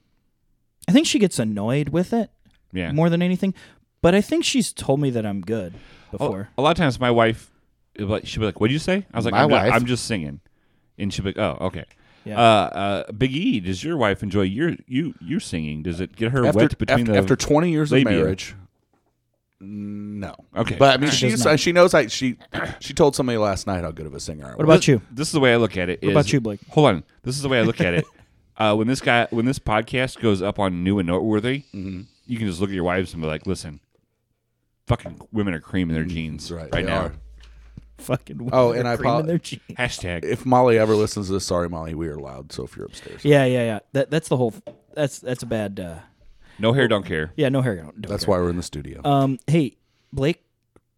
S3: I think she gets annoyed with it
S4: Yeah.
S3: more than anything, but I think she's told me that I'm good
S2: Oh.
S3: before.
S4: A lot of times, my wife, eh, like, she'll be like, "What'd you say?" I was like,
S2: My
S4: I'm, ju-
S2: wife.
S4: "I'm just singing," and she'll be, like, "Oh, okay."
S3: Yeah.
S4: Uh, uh, Big E, does your wife enjoy your you you singing? Does it get her
S2: after,
S4: wet between
S2: after,
S4: the
S2: after twenty years
S4: labia.
S2: of marriage, no.
S4: Okay.
S2: but I mean,
S3: She does
S2: she's
S3: not.
S2: she knows. I she she told somebody last night how good of a singer I was.
S3: What about you?
S4: This is the way I look at it. is-
S3: about you, Blake?
S4: Hold on. This is the way I look at it. Uh, when this guy, when this podcast goes up on new and noteworthy,
S2: Mm-hmm.
S4: you can just look at your wives and be like, "Listen, fucking women are creaming their jeans
S2: Mm, right,
S4: right,
S2: they
S4: now."
S2: are.
S3: Fucking
S2: Oh, and I
S3: cream in
S2: apo-
S3: their jeans.
S4: Hashtag.
S2: If Molly ever listens to this, sorry, Molly, we are loud. So if you're upstairs,
S3: Yeah, yeah, yeah. That that's the whole. That's that's a bad. Uh,
S4: no hair, don't care.
S3: yeah, no hair. Don't, don't
S2: that's
S3: care.
S2: why we're in the studio.
S3: Um, hey, Blake,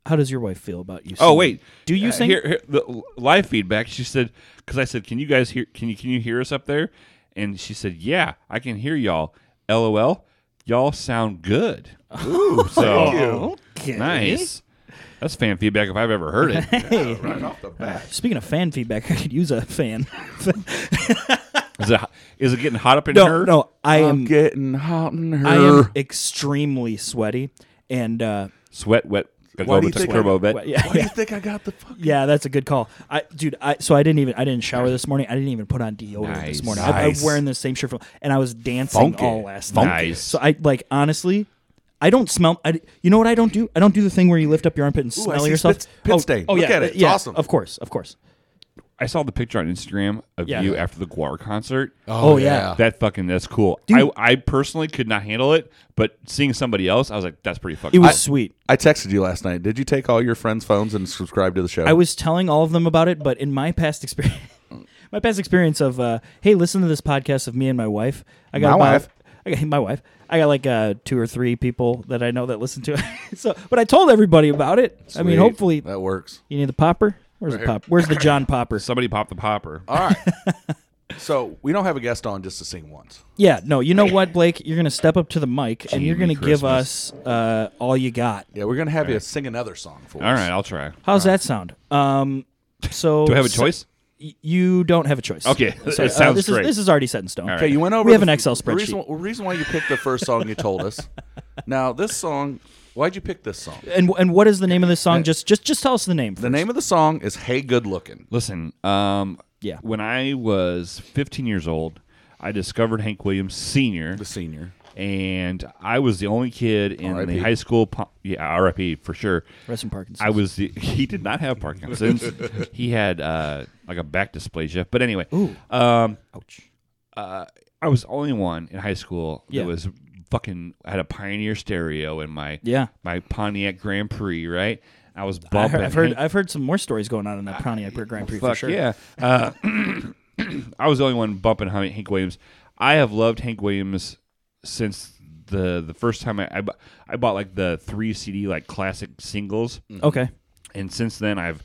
S3: how does your wife feel about you?
S4: Oh
S3: singing?
S4: wait,
S3: do you
S4: Uh,
S3: sing?
S4: Here, here, the l- live feedback. She said, "Because I said, can you guys hear? Can you can you hear us up there?" And she said, "Yeah, I can hear y'all." LOL, y'all sound good.
S3: Oh,
S4: Ooh, so
S3: Okay.
S4: nice. That's fan feedback if I've ever heard it.
S3: Speaking of fan feedback, I could use a fan.
S4: Is it is it getting hot up in her?
S3: no, I am
S2: getting hot in her.
S3: I am extremely sweaty, and uh,
S4: Sweat, wet. gotta go
S2: Why do
S4: over
S2: you
S4: to
S2: think-
S4: Turbo Vet.
S3: wet, yeah,
S2: Why do you
S3: yeah,
S2: think I got the fuck?
S3: yeah, that's a good call. I, dude, I so I didn't even I didn't shower this morning. I didn't even put on deodorant
S4: Nice.
S3: this morning. I, I'm
S2: Nice.
S3: wearing the same shirt from, and I was dancing
S2: Funky.
S3: all last night.
S4: Nice.
S3: So I like honestly. I don't smell. I, you know what I don't do? I don't do the thing where you lift up your armpit and smell
S2: see
S3: yourself.
S2: spit- pit
S3: oh,
S2: stain.
S3: Oh
S2: Look
S3: yeah,
S2: at it. It's
S3: yeah,
S2: awesome.
S3: Of course, of course.
S4: I saw the picture on Instagram of
S3: Yeah.
S4: you after the Guar concert.
S3: Oh, yeah.
S4: That fucking that's cool. I,
S3: Dude.
S4: I personally could not handle it, but seeing somebody else, I was like, that's pretty fucking.
S3: It was
S4: cool.
S3: sweet.
S2: I texted you last night. Did you take all your friends' phones and subscribe to the show?
S3: I was telling all of them about it, but in my past experience, my past experience of uh, hey, listen to this podcast of me and my wife. I got
S2: My
S3: about-
S2: wife.
S3: I got my wife. I got like uh, two or three people that I know that listen to it. so, but I told everybody about it. I mean,
S2: Sweet.
S3: hopefully,
S2: that works.
S3: you need the popper. Where's the pop? Where's the John popper?
S4: somebody popped the popper.
S3: Uh,
S2: All right. so we don't have a guest on just to sing once.
S3: Yeah, no. You know what, Blake? You're gonna step up to the mic and you're gonna
S4: Jiminy
S3: give us
S4: Christmas.
S3: uh, all you got.
S2: Yeah, we're gonna have you sing another song for
S4: All
S2: us.
S4: right, I'll try.
S3: How's that sound? Um, so
S4: Do I have a choice?
S3: y- you don't have a choice.
S4: Okay, it
S3: Sorry, uh,
S4: sounds
S3: this
S4: great.
S3: Is, this is already set in stone.
S2: Okay, you went over.
S3: We have
S2: the-
S3: an Excel
S2: the reason-
S3: spreadsheet.
S2: The reason why you picked the first song you told us. Now this song. Why'd you pick this song?
S3: And and what is the name of this song? Just just just tell us the name.
S2: The name of the song is "Hey Good Looking."
S4: Listen, um,
S3: Yeah.
S4: When I was 15 years old, I discovered Hank Williams Senior,
S2: The senior.
S4: and I was the only kid in
S2: R.I.P..
S4: the high school. Po- yeah, RIP for sure.
S3: Rest in Parkinson's.
S4: I was the. He did not have Parkinson's. he had uh, like a back dysplasia. But anyway,
S3: Ooh.
S4: um,
S3: Ouch.
S4: uh, I was the only one in high school
S3: Yeah.
S4: that was fucking I had a Pioneer stereo in my
S3: Yeah.
S4: my Pontiac Grand Prix. Right, I was
S3: I
S4: bumping.
S3: have heard
S4: Hank-
S3: I've heard some more stories going on in that Pontiac Grand Prix for
S4: Uh, Fuck
S3: sure.
S4: yeah. Uh, I was the only one bumping Han- Hank Williams. I have loved Hank Williams since the the first time I I, bu- I bought like the three CD like classic singles,
S3: Okay.
S4: and since then I've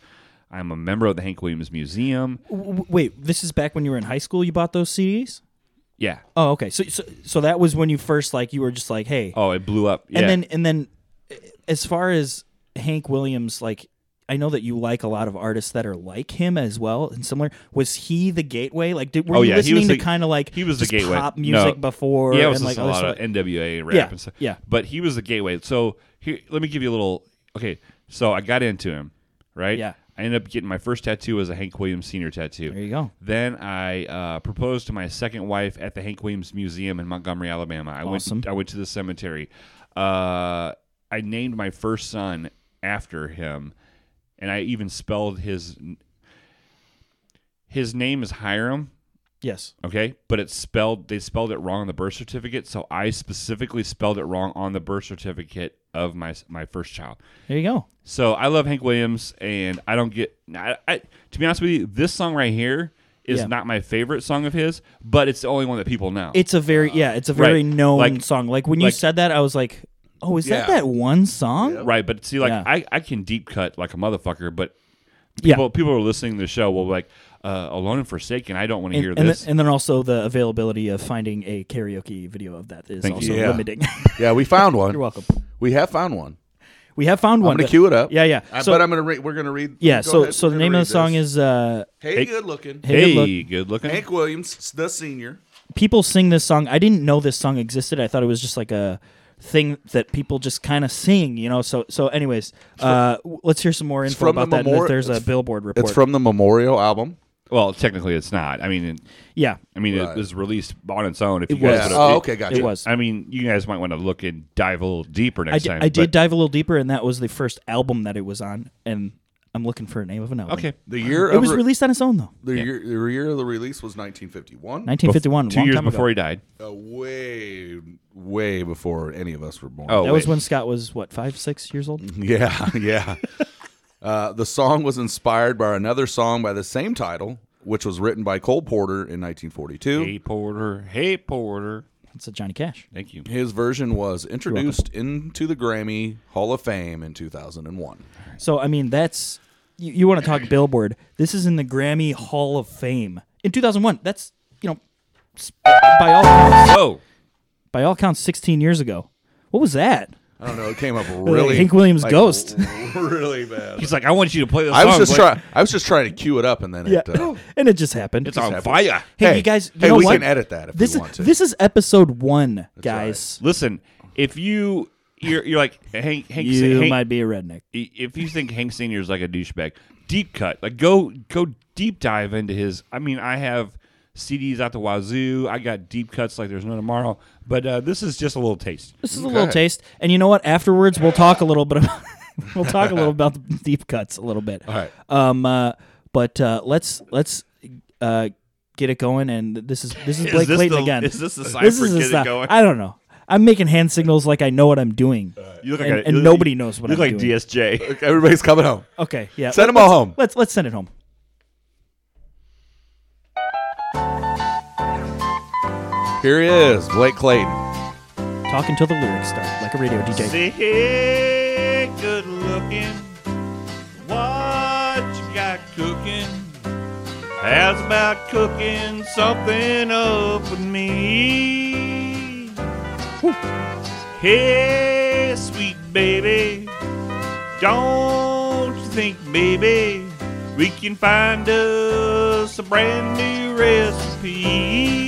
S4: I'm a member of the Hank Williams Museum.
S3: W- w- wait, this is back when you were in high school. You bought those CDs.
S4: Yeah.
S3: Oh, okay. So so so that was when you first like you were just like, hey.
S4: Oh, it blew up. Yeah.
S3: and then and then, uh, as far as Hank Williams, like I know that you like a lot of artists that are like him as well and similar. Was he the gateway? Like, did, were
S4: oh
S3: you
S4: yeah,
S3: listening
S4: he was
S3: to
S4: the-
S3: kind of like
S4: he was the
S3: just
S4: gateway
S3: pop
S4: No.
S3: music before?
S4: Yeah, it was
S3: and, like,
S4: just a
S3: other
S4: lot
S3: stuff
S4: of NWA rap
S3: Yeah,
S4: and stuff.
S3: yeah.
S4: but he was the gateway. So here, let me give you a little. Okay, so I got into him, right?
S3: Yeah.
S4: I ended up getting my first tattoo as a Hank Williams senior tattoo.
S3: There you go.
S4: Then I uh, proposed to my second wife at the Hank Williams Museum in Montgomery, Alabama. I
S3: Awesome.
S4: went. I went to the cemetery. Uh, I named my first son after him, and I even spelled his. His name is Hiram.
S3: Yes.
S4: Okay, but it's spelled. They spelled it wrong on the birth certificate, so I specifically spelled it wrong on the birth certificate of my my first child.
S3: There you go.
S4: So I love Hank Williams, and I don't get. I, I, to be honest with you, this song right here is
S3: Yeah.
S4: not my favorite song of his, but it's the only one that people know.
S3: It's a very yeah, it's a very
S4: Right.
S3: known
S4: Like-
S3: song. Like when you
S4: like-
S3: said that, I was like, oh, is that
S2: Yeah.
S3: that one song?
S4: right, but see, like
S3: Yeah.
S4: I, I can deep cut like a motherfucker, but
S3: Yeah.
S4: people people who are listening to the show will be like, uh, "Alone and Forsaken." I don't want to
S3: and,
S4: hear
S3: and
S4: this.
S3: Then, and then also the availability of finding a karaoke video of that is
S4: Thank you.
S3: also
S2: Yeah.
S3: limiting.
S2: Yeah, we found one.
S3: You're welcome.
S2: We have found one.
S3: We have found one.
S2: I'm gonna
S3: but-
S2: cue it up.
S3: Yeah, yeah.
S2: I-
S3: So-
S2: but I'm gonna read. We're gonna read.
S3: Yeah,
S2: go
S3: so
S2: ahead,
S3: so the
S2: we're
S3: name
S2: gonna
S3: of the song
S2: read this.
S3: is uh
S2: Hey, good looking.
S3: Hey,
S4: hey,
S3: good
S4: good looking.
S2: Hank Williams, the senior.
S3: people sing this song. I didn't know this song existed. I thought it was just like a thing that people just kind of sing, you know. So so anyways, uh w- let's hear some more info
S2: from the
S3: about that. and if
S2: memori-
S3: there's a
S2: it's-
S3: billboard report.
S2: It's from the Memorial album.
S4: Well, technically, it's not. I mean, it,
S3: Yeah.
S4: I mean,
S2: Right.
S4: it was released on its own. If you
S3: was.
S4: guys,
S2: Yeah.
S4: put a-
S2: Oh,
S4: it-
S2: okay, gotcha.
S3: It was.
S4: I mean, you guys might want to look and dive a little deeper next
S3: I di-
S4: time.
S3: I did
S4: but-
S3: dive a little deeper, and that was the first album that it was on. And I'm looking for a name of an album.
S4: okay.
S2: The year
S3: It
S2: of
S3: was
S2: re-
S3: released on its own though.
S2: The year, the year of the release was 1951.
S3: 1951.
S4: Two
S3: long
S4: years
S3: time ago.
S4: before he died.
S2: Uh, way, way before any of us were born.
S4: Oh,
S3: That was
S4: wait.
S3: when Scott was what five, six years old.
S4: Mm-hmm.
S2: yeah, yeah. uh, the song was inspired by another song by the same title, which was written by Cole Porter in 1942.
S4: Hey Porter. Hey Porter.
S3: That's a Johnny Cash.
S4: Thank you.
S2: His version was introduced into the Grammy Hall of Fame in 2001.
S3: So I mean, that's you, you want to talk Billboard. This is in the Grammy Hall of Fame in 2001. That's you know s- by all counts,
S4: Oh,
S3: by all counts 16 years ago. What was that?
S2: I don't know. It came up really.
S3: Hank Williams Ghost.
S2: Really bad.
S4: he's like, I want you to play this
S2: I was
S4: song,
S2: just
S4: but
S2: trying. I was just trying to cue it up, and then it. Uh,
S3: and it just happened.
S4: It's on fire.
S3: Hey,
S2: Hey,
S3: you guys. You
S2: hey,
S3: know
S2: we
S3: what?
S2: can edit that if we
S3: this
S2: want
S3: is,
S2: to.
S3: This is episode one, guys.
S4: Listen, if you you're, you're like Hank Hank,
S3: You
S4: Hank
S3: might be a redneck.
S4: if you think Hank Senior is like a douchebag, deep cut. Like go go deep dive into his. I mean, I have CDs out the wazoo. I got deep cuts like there's no tomorrow. But uh, this is just a little taste.
S3: This is a little taste, and you know what? Afterwards, we'll talk a little bit. About, we'll talk a little about the deep cuts a little bit. All
S2: right.
S3: Um. Uh, but uh, let's let's uh, get it going, and this is this is Blake
S4: this
S3: Clayton
S4: the-
S3: again.
S4: is this the sign for
S3: is
S4: get it
S3: sign.
S4: going?
S3: I don't know. I'm making hand signals like I know what I'm doing.
S4: You look
S3: And-
S4: a-
S3: and
S4: you look-
S3: nobody knows what
S4: you look
S3: I'm
S4: like
S3: doing.
S4: DSJ.
S2: Everybody's coming home.
S3: Okay. Yeah.
S2: Send
S3: let-
S2: 'em all
S3: let's-
S2: home.
S3: Let's let's send it home.
S2: Here he is, Blake Clayton.
S3: Talk until the lyrics start, like a radio DJ.
S4: Say hey, good looking. What you got cooking? How's about cooking something up with me? Hey, sweet baby, don't you think, baby, we can find us a brand new recipe?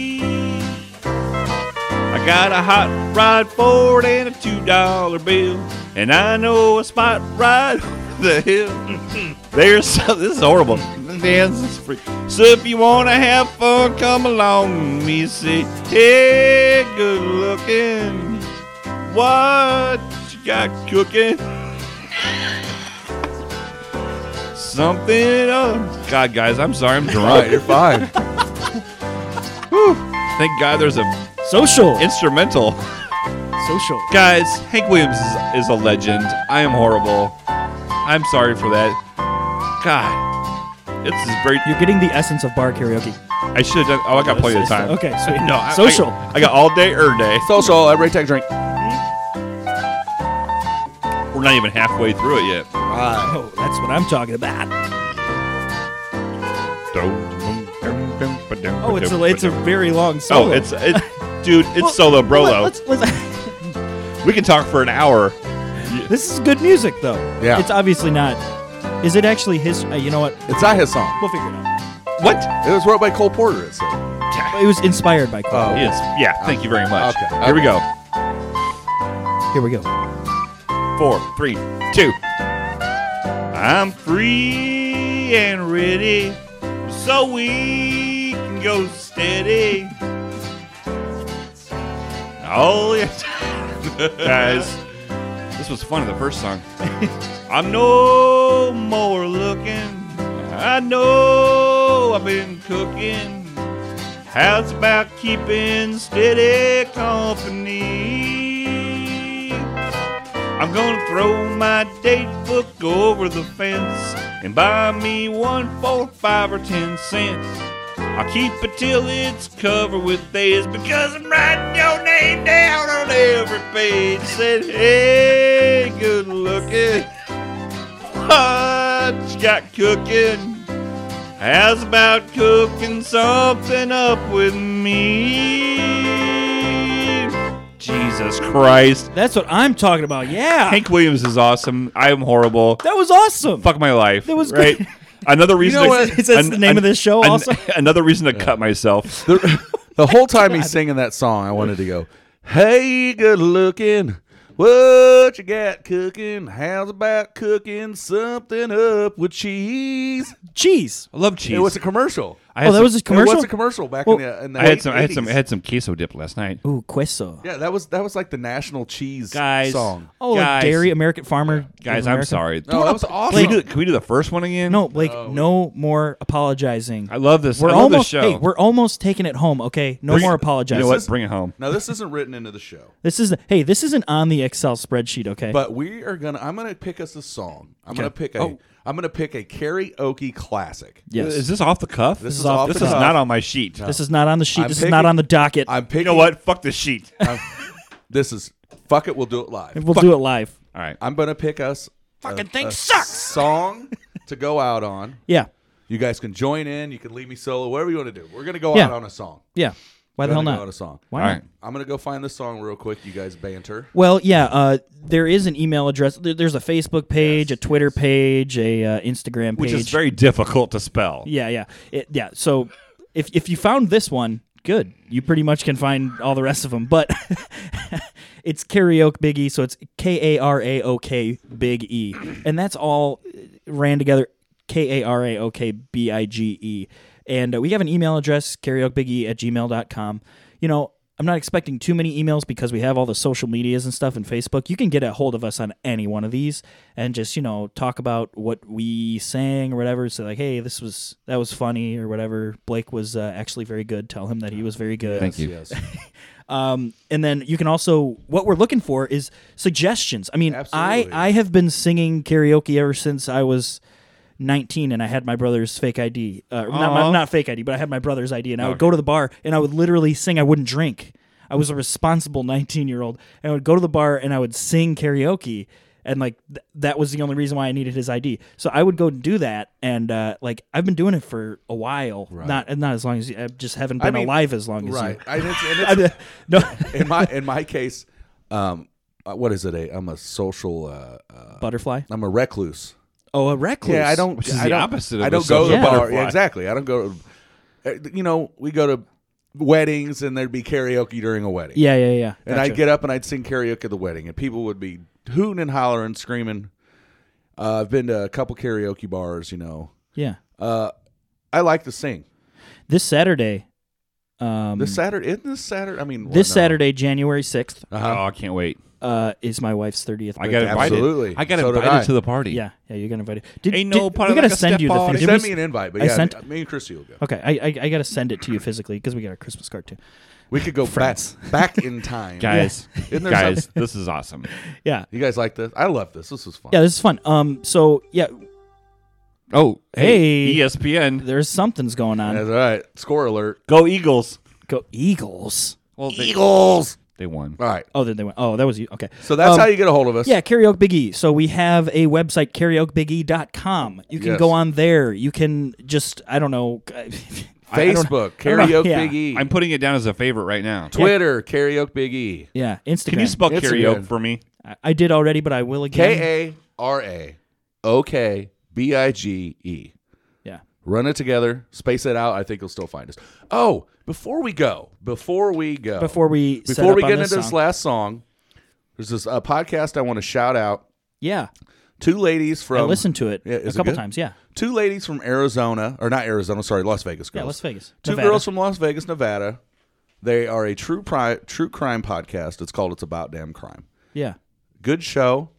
S4: I got a hot rod Ford and a two dollar bill, and I know a spot right over the hill. There's so, this is horrible. Dance is free. So if you wanna have fun, come along with me. Say, hey, good looking. What you got cooking? Something up. God, guys, I'm sorry, I'm
S2: All right, you're
S4: drunk.
S2: fine.
S4: Thank God there's a
S3: Social.
S4: instrumental.
S3: social.
S4: Guys, Hank Williams is, is a legend. I am horrible. I'm sorry for that. God, this is great.
S3: You're getting the essence of bar karaoke.
S4: I should have done. Oh, I got plenty of time.
S3: Okay. Sweet.
S4: No, I,
S3: social.
S4: I, I got all day or day.
S2: Social. Everybody take a drink.
S4: We're not even halfway through it yet.
S2: Right.
S3: oh, that's what I'm talking about. Oh, it's a it's a very long solo.
S4: Oh, it's it, dude. It's solo brolo.
S3: Let's, let's-
S4: we can talk for an hour.
S3: this is good music, though.
S2: Yeah.
S3: It's obviously not. Is it actually his? Uh, you know what?
S2: It's not his song.
S3: We'll figure it out.
S4: What?
S2: It was wrote by Cole Porter. It said.
S3: It was inspired by Cole.
S2: Oh.
S4: Yes. Yeah. Thank you very much.
S2: Okay,
S4: Here we
S2: okay.
S4: go.
S3: Oh, Here we go.
S4: four, three, two. I'm free and ready, so we can go steady. Oh yes, guys, this was fun in the first song. I'm no more looking. I know know I've been cooking. How's about keeping steady company? I'm gonna throw my date book over the fence and buy me one for five or ten cents. I'll keep it till it's covered with days because I'm writing your name down on every page. Said, hey, good looking. What you got cooking? How's about cooking something up with me? Jesus Christ.
S3: That's what I'm talking about. Yeah.
S4: Hank Williams is awesome. I am horrible.
S3: that was awesome.
S4: Fuck my life.
S3: That was
S4: right.
S3: great.
S4: Another reason.
S2: know
S4: to-
S2: what?
S3: Is that the name of this show also?
S4: another reason to cut myself.
S2: The, the whole time he's singing that song, I wanted to go, "Hey, good looking, what you got cooking? How's about cooking something up with cheese?"
S3: Cheese.
S4: I love cheese.
S2: It was a commercial.
S4: I had
S3: Oh, that
S4: some-
S3: was a
S2: It
S3: commercial.
S2: was a commercial back in
S3: Well,
S2: the. uh, In the
S4: I had
S2: late
S4: some. I had some.
S2: 80s.
S4: I had some queso dip last night.
S3: Ooh, queso.
S2: yeah, that was that was like the national cheese
S4: Guys,
S2: song.
S3: Oh,
S4: Guys.
S3: like dairy American farmer.
S4: Guys,
S3: of
S4: I'm
S3: America.
S4: sorry.
S2: No, that was
S4: Can we,
S2: awesome.
S4: do, can we do the first one again?
S3: No, Blake, no more apologizing.
S4: I love this.
S3: We're
S4: I love
S3: almost.
S4: this show.
S3: Hey, we're almost taking it home. Okay, no
S4: Bring-
S3: more apologizing.
S4: You know what? Bring it home.
S2: Now this isn't written into the show,
S3: This is hey, this isn't on the Excel spreadsheet. Okay,
S2: but we are gonna. I'm gonna pick us a song. I'm gonna pick a.
S4: Oh.
S2: am gonna pick a karaoke classic.
S3: yes,
S4: Is this off the cuff?
S2: This, is
S3: is off
S2: off.
S4: This
S2: the
S4: is
S2: cuff.
S4: not on my sheet.
S3: this is not on the sheet.
S2: uh, I'm
S3: this is not
S2: picking-
S3: on the docket.
S2: I'm picking.
S4: you know what? Fuck the sheet. All
S2: This is fuck it. We'll do it live.
S3: we'll do it live.
S4: right.
S2: I'm gonna pick us
S3: Fucking
S2: a,
S3: thing
S2: a
S3: sucks.
S2: song to go out on.
S3: Yeah,
S2: You guys can join in. You can leave me solo. Whatever you want to do. We're gonna go
S3: Yeah.
S2: out on a song.
S3: yeah. Why the
S2: We're
S3: hell
S2: gonna go out on a
S3: not?
S2: song.
S3: Why
S4: All
S3: not?
S4: right.
S2: I'm gonna go find this song real quick. You guys banter.
S3: Well, yeah. Uh, there is an email address. There, there's a Facebook page, a Twitter page, a uh, Instagram page.
S4: Which is very difficult to spell.
S3: yeah, yeah, It- yeah. So if if you found this one, good. You pretty much can find all the rest of them. But it's karaoke biggie, so it's K A R A O K big E, and that's all uh, ran together. K A R A O K B I G E, and uh, we have an email address karaokebiggie at gmail.com. You know. I'm not expecting too many emails because we have all the social medias and stuff and Facebook. You can get a hold of us on any one of these and just, you know, talk about what we sang or whatever. Say like, hey, this was that was funny or whatever. Blake was uh, actually very good. Tell him that he was very good.
S4: Thank you.
S2: Yes.
S3: Um, and then you can also what we're looking for is suggestions. I mean,
S2: Absolutely.
S3: I I have been singing karaoke ever since I was 19 and I had my brother's fake ID. Uh, not, my,
S4: Aw.
S3: not fake ID, but I had my brother's ID and I would go to the bar and I would literally sing I wouldn't drink. I was a responsible 19-year-old and I would go to the bar and I would sing karaoke and like th- that was the only reason why I needed his ID. So I would go and do that and uh, like I've been doing it for a while. Not not as long as you I just haven't been
S2: mean,
S3: alive as long as
S2: right.
S3: you.
S2: I, and it's, and it's-
S3: I- no
S2: in my in my case, um, uh, what is it? A, I'm a social. Uh, uh,
S3: butterfly.
S2: I'm a recluse.
S3: Oh, a recluse.
S2: Yeah, I don't.
S4: Which is
S2: I
S4: the
S2: don't-
S4: opposite of
S2: I
S4: a
S2: don't go to the
S4: social
S2: bar.
S4: butterfly.
S2: Yeah, exactly. I don't go. uh, You know, we go to weddings and there'd be karaoke during a wedding.
S3: Yeah, yeah, yeah.
S2: And I'd get up and I'd sing karaoke at the wedding, and people would be hooting and hollering, screaming. Uh, I've been to a couple karaoke bars. You know,
S3: yeah.
S2: uh, I like to sing.
S3: This Saturday. Um,
S2: This uh,
S3: this
S2: Saturday, isn't this Saturday? I mean, what, no.
S3: Saturday, January sixth,
S2: Uh-huh.
S4: Oh, I can't wait.
S3: uh, is my wife's thirtieth.
S4: I got invited.
S2: Absolutely.
S4: I got
S2: So did
S4: invited
S2: I.
S4: to the party.
S3: Yeah, yeah. You got invited. Did,
S4: Ain't no
S3: did-
S4: party
S3: we gotta
S4: like a
S3: send you the.
S4: step
S3: thing.
S4: party.
S2: They
S3: Did
S2: sent
S3: we
S2: me
S3: s-
S2: an invite, but
S3: I
S2: yeah,
S3: sent-
S2: me and Chrissy will go.
S3: Okay, I, I I gotta send it to you physically because we got our Christmas card too.
S2: We could go back back in time,
S4: Guys,
S2: Isn't there
S4: guys, this is awesome.
S3: Yeah,
S2: You guys like this? I love this. This was fun.
S3: yeah. This is fun. Um, so yeah,
S4: Oh,
S3: hey.
S4: ESPN,
S3: there's something's going on.
S2: That's all right. Score alert.
S4: go Eagles.
S3: Go Eagles.
S4: Well, they,
S2: Eagles.
S4: they won.
S2: All right.
S3: Oh, then they went. Oh, that was you. Okay.
S2: So that's
S3: Um,
S2: how you get a hold of us.
S3: Yeah, Karaoke Big E. So we have a website, karaokebiggie.com. You can
S2: Yes.
S3: go on there. You can just, I don't know. I don't-
S2: Facebook,
S3: I don't know.
S2: Karaoke
S3: Yeah.
S2: Big E.
S4: I'm putting it down as a favorite right now.
S2: Twitter, Karaoke Big E.
S3: yeah, Instagram.
S4: Can you spell
S2: It's a
S4: karaoke
S2: good-
S4: for me?
S3: I- I did already, but I will again.
S2: K A R A O K B I G E.
S3: Yeah.
S2: Run it together, space it out. I think you'll still find us. Oh, before we go, before we go,
S3: Before we set
S2: before
S3: up
S2: we
S3: on
S2: get into
S3: this
S2: this
S3: song.
S2: last song, there's this uh, podcast I want to shout out.
S3: yeah,
S2: Two ladies from
S3: I listened to it
S2: um, Yeah,
S3: a
S2: is it
S3: couple
S2: good?
S3: times. Yeah,
S2: two ladies from Arizona, or not Arizona, sorry, Las Vegas girls.
S3: yeah, Las Vegas.
S2: Two
S3: Nevada.
S2: girls from Las Vegas, Nevada. They are a true pri- true crime podcast. It's called It's About Damn Crime.
S3: Yeah,
S2: Good show,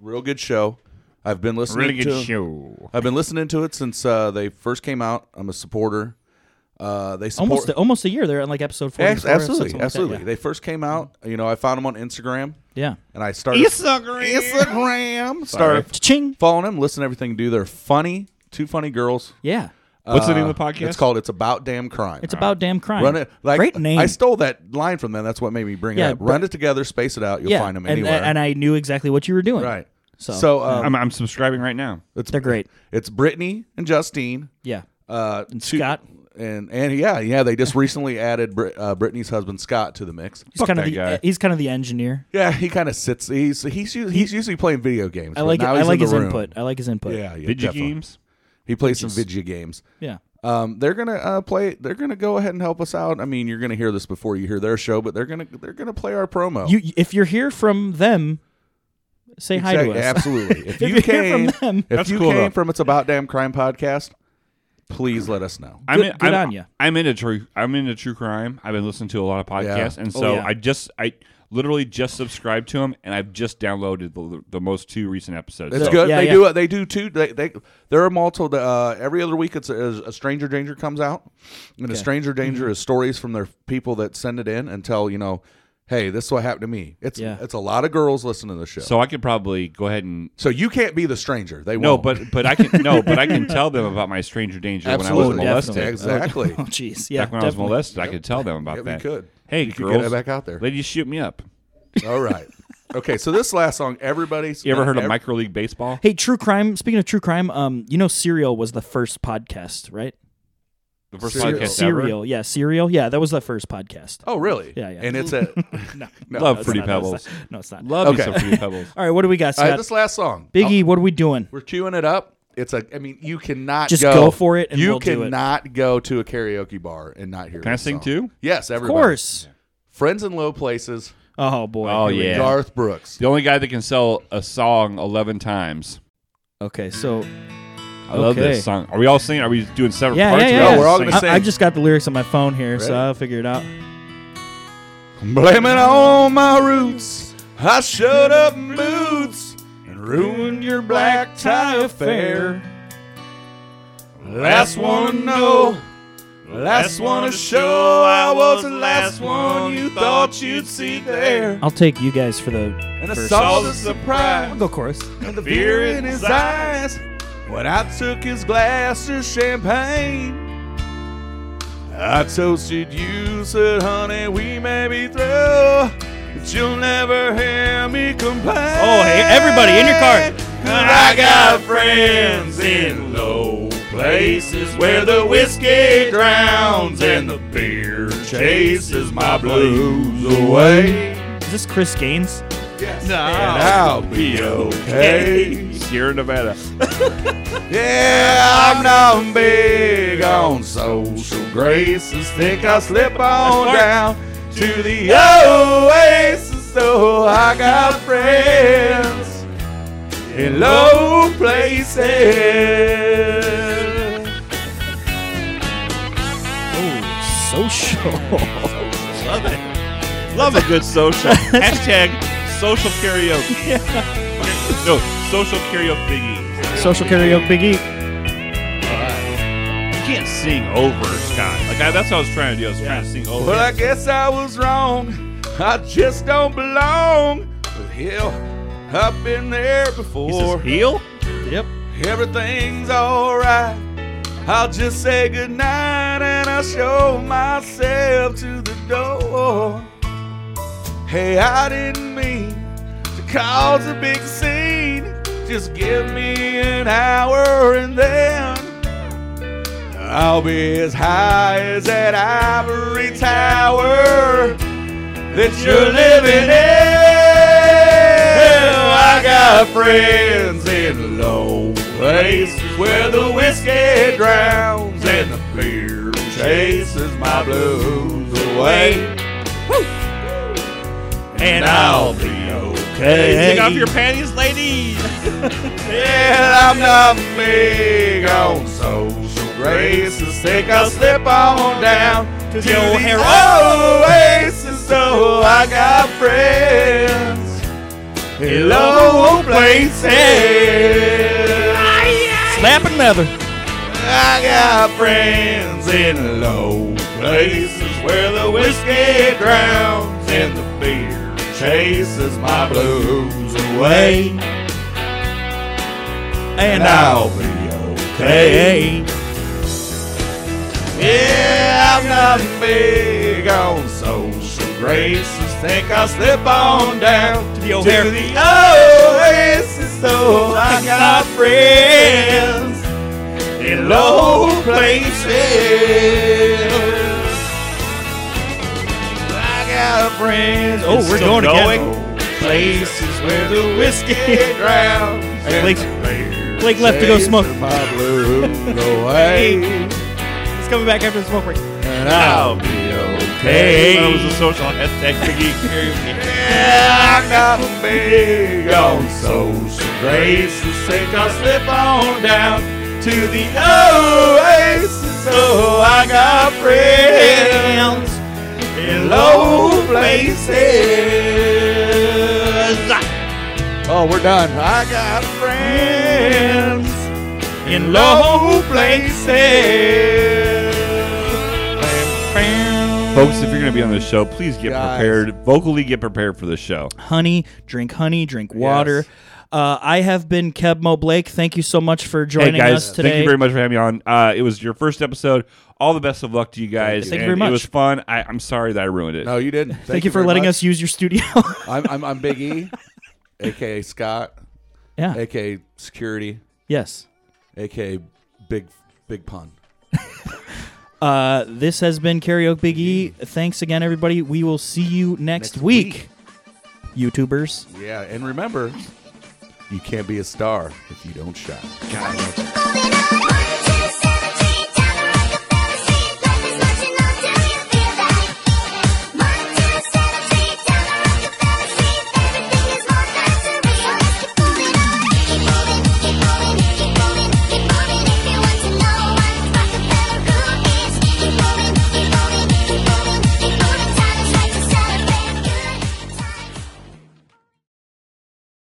S2: real good show. I've been listening
S4: Really
S2: to
S4: good show.
S2: I've been listening to it since uh, they first came out. I'm a supporter. Uh, they support
S3: almost almost a year. They're on like episode four.
S2: Abs- absolutely, absolutely. They first came out. You know, I found them on Instagram,
S3: yeah.
S2: and I started Instagram. Started
S3: Ching.
S2: following them, listen to everything they do. They're funny, two funny girls.
S3: Yeah.
S4: What's the name
S2: Uh,
S4: of the podcast?
S2: It's called "It's About Damn Crime."
S3: It's about damn crime.
S2: Uh, Run it like
S3: Great name.
S2: I stole that line from them. That's what made me bring
S3: Yeah,
S2: it up.
S3: but-
S2: Run it together, space it out. You'll
S3: yeah.
S2: find them
S3: and, uh,
S2: anywhere.
S3: And I knew exactly what you were doing.
S2: right.
S3: So-
S2: So, um,
S4: I'm, I'm subscribing right now.
S2: it's
S3: They're great.
S2: It's Brittany and Justine.
S3: Yeah.
S2: Uh,
S3: And
S2: two-
S3: Scott.
S2: and and yeah, yeah. They just recently added Brit- uh, Brittany's husband Scott to the mix.
S3: He's kind of
S4: that
S3: the
S4: guy.
S3: he's kind of the engineer.
S2: Yeah, he kind of sits. He's he's u- he's usually playing video games.
S3: I like it.
S2: now
S3: I
S2: he's in
S3: like
S2: the
S3: his
S2: room.
S3: input. I like his input.
S2: Yeah, yeah,
S4: Video
S2: definitely.
S4: games.
S2: He plays some video games.
S3: Yeah.
S2: Um, they're gonna uh, play. They're gonna go ahead and help us out. I mean, you're gonna hear this before you hear their show, but they're gonna they're gonna play our promo.
S3: You if you're here from them, say hi to
S2: Exactly,
S3: us.
S2: Absolutely. If you
S3: you're
S2: came,
S3: from them.
S2: if
S4: That's
S2: you
S4: cool,
S2: came
S4: though.
S2: from it's about damn crime podcast, please let us know.
S4: I'm
S3: Good-
S4: in,
S3: good
S4: I'm,
S3: on ya.
S4: I'm into true. I'm into true crime. I've been listening to a lot of podcasts,
S2: Yeah.
S4: and
S3: Oh,
S4: so
S3: yeah.
S4: I just I literally just subscribed to them, and I've just downloaded the, the most two recent episodes.
S2: It's
S4: So-
S2: good.
S3: yeah,
S2: they
S3: yeah.
S2: do. uh, They do too. They, they there are multiple. Uh, every other week, it's a, is a stranger danger comes out, and a stranger
S3: Mm-hmm.
S2: danger is stories from their people that send it in and tell you know, hey, this is what happened to me. It's
S3: Yeah.
S2: it's a lot of girls listen to the show. So,
S4: So I could probably go ahead and
S2: you can't be the stranger. They
S4: no,
S2: won't.
S4: but but I can no, but I can tell them about my stranger danger
S2: absolutely,
S4: when I was molested.
S3: definitely.
S2: exactly.
S3: Oh jeez. Yeah.
S4: Back when I was
S3: definitely.
S4: molested, I could tell them about
S2: Yeah, we
S4: that.
S2: could.
S4: Hey,
S2: You could
S4: girls,
S2: get it back out there.
S4: Ladies, shoot me up.
S2: All right. Okay, so this last song, everybody's.
S4: You ever heard of
S2: ev-
S4: micro league baseball?
S3: Hey, true crime. Speaking of true crime, um, you know, Serial was the first podcast, right?
S4: The first
S2: Serial.
S4: podcast
S3: Serial, yeah, Serial, yeah, that was the first podcast.
S2: Oh, really?
S3: Yeah, yeah.
S2: And it's a
S3: no,
S2: no,
S4: Love
S3: it's
S4: Fruity
S3: not, no, it's
S4: Pebbles.
S3: not. No, it's not.
S4: ever. Love
S2: Okay.
S4: you some Fruity Pebbles.
S3: All right, what do we got,
S2: All right,
S3: Scott?
S2: this last song.
S3: Biggie, what are we doing?
S2: We're queuing it up. It's a. I mean, you cannot
S3: Just
S2: go,
S3: go for it and
S2: you
S3: we'll do it.
S2: cannot go to a karaoke bar and not hear.
S4: Can I
S2: this
S4: sing
S2: song.
S4: too?
S2: Yes,
S3: Of
S2: everybody.
S3: course.
S2: Friends in low places.
S3: Oh boy.
S4: Oh,
S3: Here we
S4: yeah.
S3: go.
S2: Garth Brooks.
S4: The only guy that can sell a song eleven times.
S3: Okay, so
S4: I love
S3: Okay.
S4: this song. Are we all singing? Are we doing separate
S3: yeah,
S4: parts?
S3: yeah,
S4: Are we
S3: yeah. Uh,
S2: No, we're all gonna
S3: I,
S2: sing.
S3: I just got the lyrics on my phone here,
S2: Ready?
S3: so I'll figure it out.
S2: Blame it on my roots. I showed up in boots and ruined your black tie affair. Last one to know. Last one to show. I was the last one you thought you'd see there.
S3: I'll take you guys for the
S2: And a
S3: first-
S2: salt of surprise.
S3: I'll go chorus.
S2: and the fear in his eyes when I took his glass of champagne. I toasted you, said, honey, we may be through, but you'll never hear me complain.
S4: Oh, hey, everybody, in your car.
S2: 'Cause I got friends in low places where the whiskey drowns and the beer chases my blues away.
S3: Is this Chris Gaines?
S2: And
S4: Oh.
S2: I'll be okay.
S4: Sierra Nevada.
S2: Yeah, I'm not big on social graces. Think I'll slip on down to the oasis. So I got friends in low places.
S3: Oh, social.
S4: Love a good social. Hashtag social karaoke. No, social karaoke biggie.
S3: social karaoke biggie.
S4: You can't sing over, Scott. Like, I, that's what I was trying to do. I was trying to sing over.
S2: Well, I guess I was wrong. I just don't belong. But hell, I've been there
S4: He says,
S2: before.
S4: heel?
S3: Yep.
S2: Everything's alright. I'll just say goodnight and I'll show myself to the door. Hey, I didn't mean to cause a big scene. Just give me an hour and then I'll be as high as that ivory tower that you're living in. I got friends in low places where the whiskey drowns and the beer chases my blues away. And I'll be okay.
S4: Take off your panties, ladies.
S2: Yeah, I'm not big on social graces. Think I'll slip on down to the
S4: your hero.
S2: oasis. So I got friends Hello, places.
S3: Slap another.
S2: I got friends in low places where the whiskey drowns and the beer chases my blues away. And I'll be okay. Yeah, I'm not big on social graces. Think I'll slip on down to the
S3: O'Hare.
S2: oasis. So I got friends in low places. I got friends.
S3: Oh, we're
S2: in
S3: going
S2: some
S3: again.
S2: low Places where the whiskey drowns. and
S3: Blake-
S2: the beer
S3: Blake left to go
S2: chases
S3: smoke.
S2: My blues away,
S3: He's coming back after the smoke break.
S2: and I'll be okay.
S7: That was a social hashtag Biggie.
S2: Yeah, I got big on social graces. Think I'll slip on down to the oasis. So I got friends in low places. Oh, we're done. I got friends in low places.
S4: Folks, if you're going to be on this show, please get
S2: Guys.
S4: prepared. Vocally get prepared for this show.
S3: honey, drink honey, drink water. Uh, I have been Kebmo Blake. Thank you so much for joining
S4: hey, guys,
S3: us today.
S4: thank you very much for having me on. Uh, it was your first episode. All the best of luck to you guys.
S3: Thank you
S4: and
S3: very much.
S4: It was fun. I, I'm sorry that I ruined it.
S2: you didn't. Thank,
S3: Thank you for letting us use your studio.
S2: I'm, I'm, I'm Big E, aka Scott,
S3: yeah.
S2: aka Security,
S3: yes.
S2: aka Big Big Pun.
S3: Uh, this has been Karaoke Big E. Thanks again, everybody. We will see you next,
S2: Next
S3: week, YouTubers.
S2: Yeah, and remember, you can't be a star if you don't shine.
S5: God.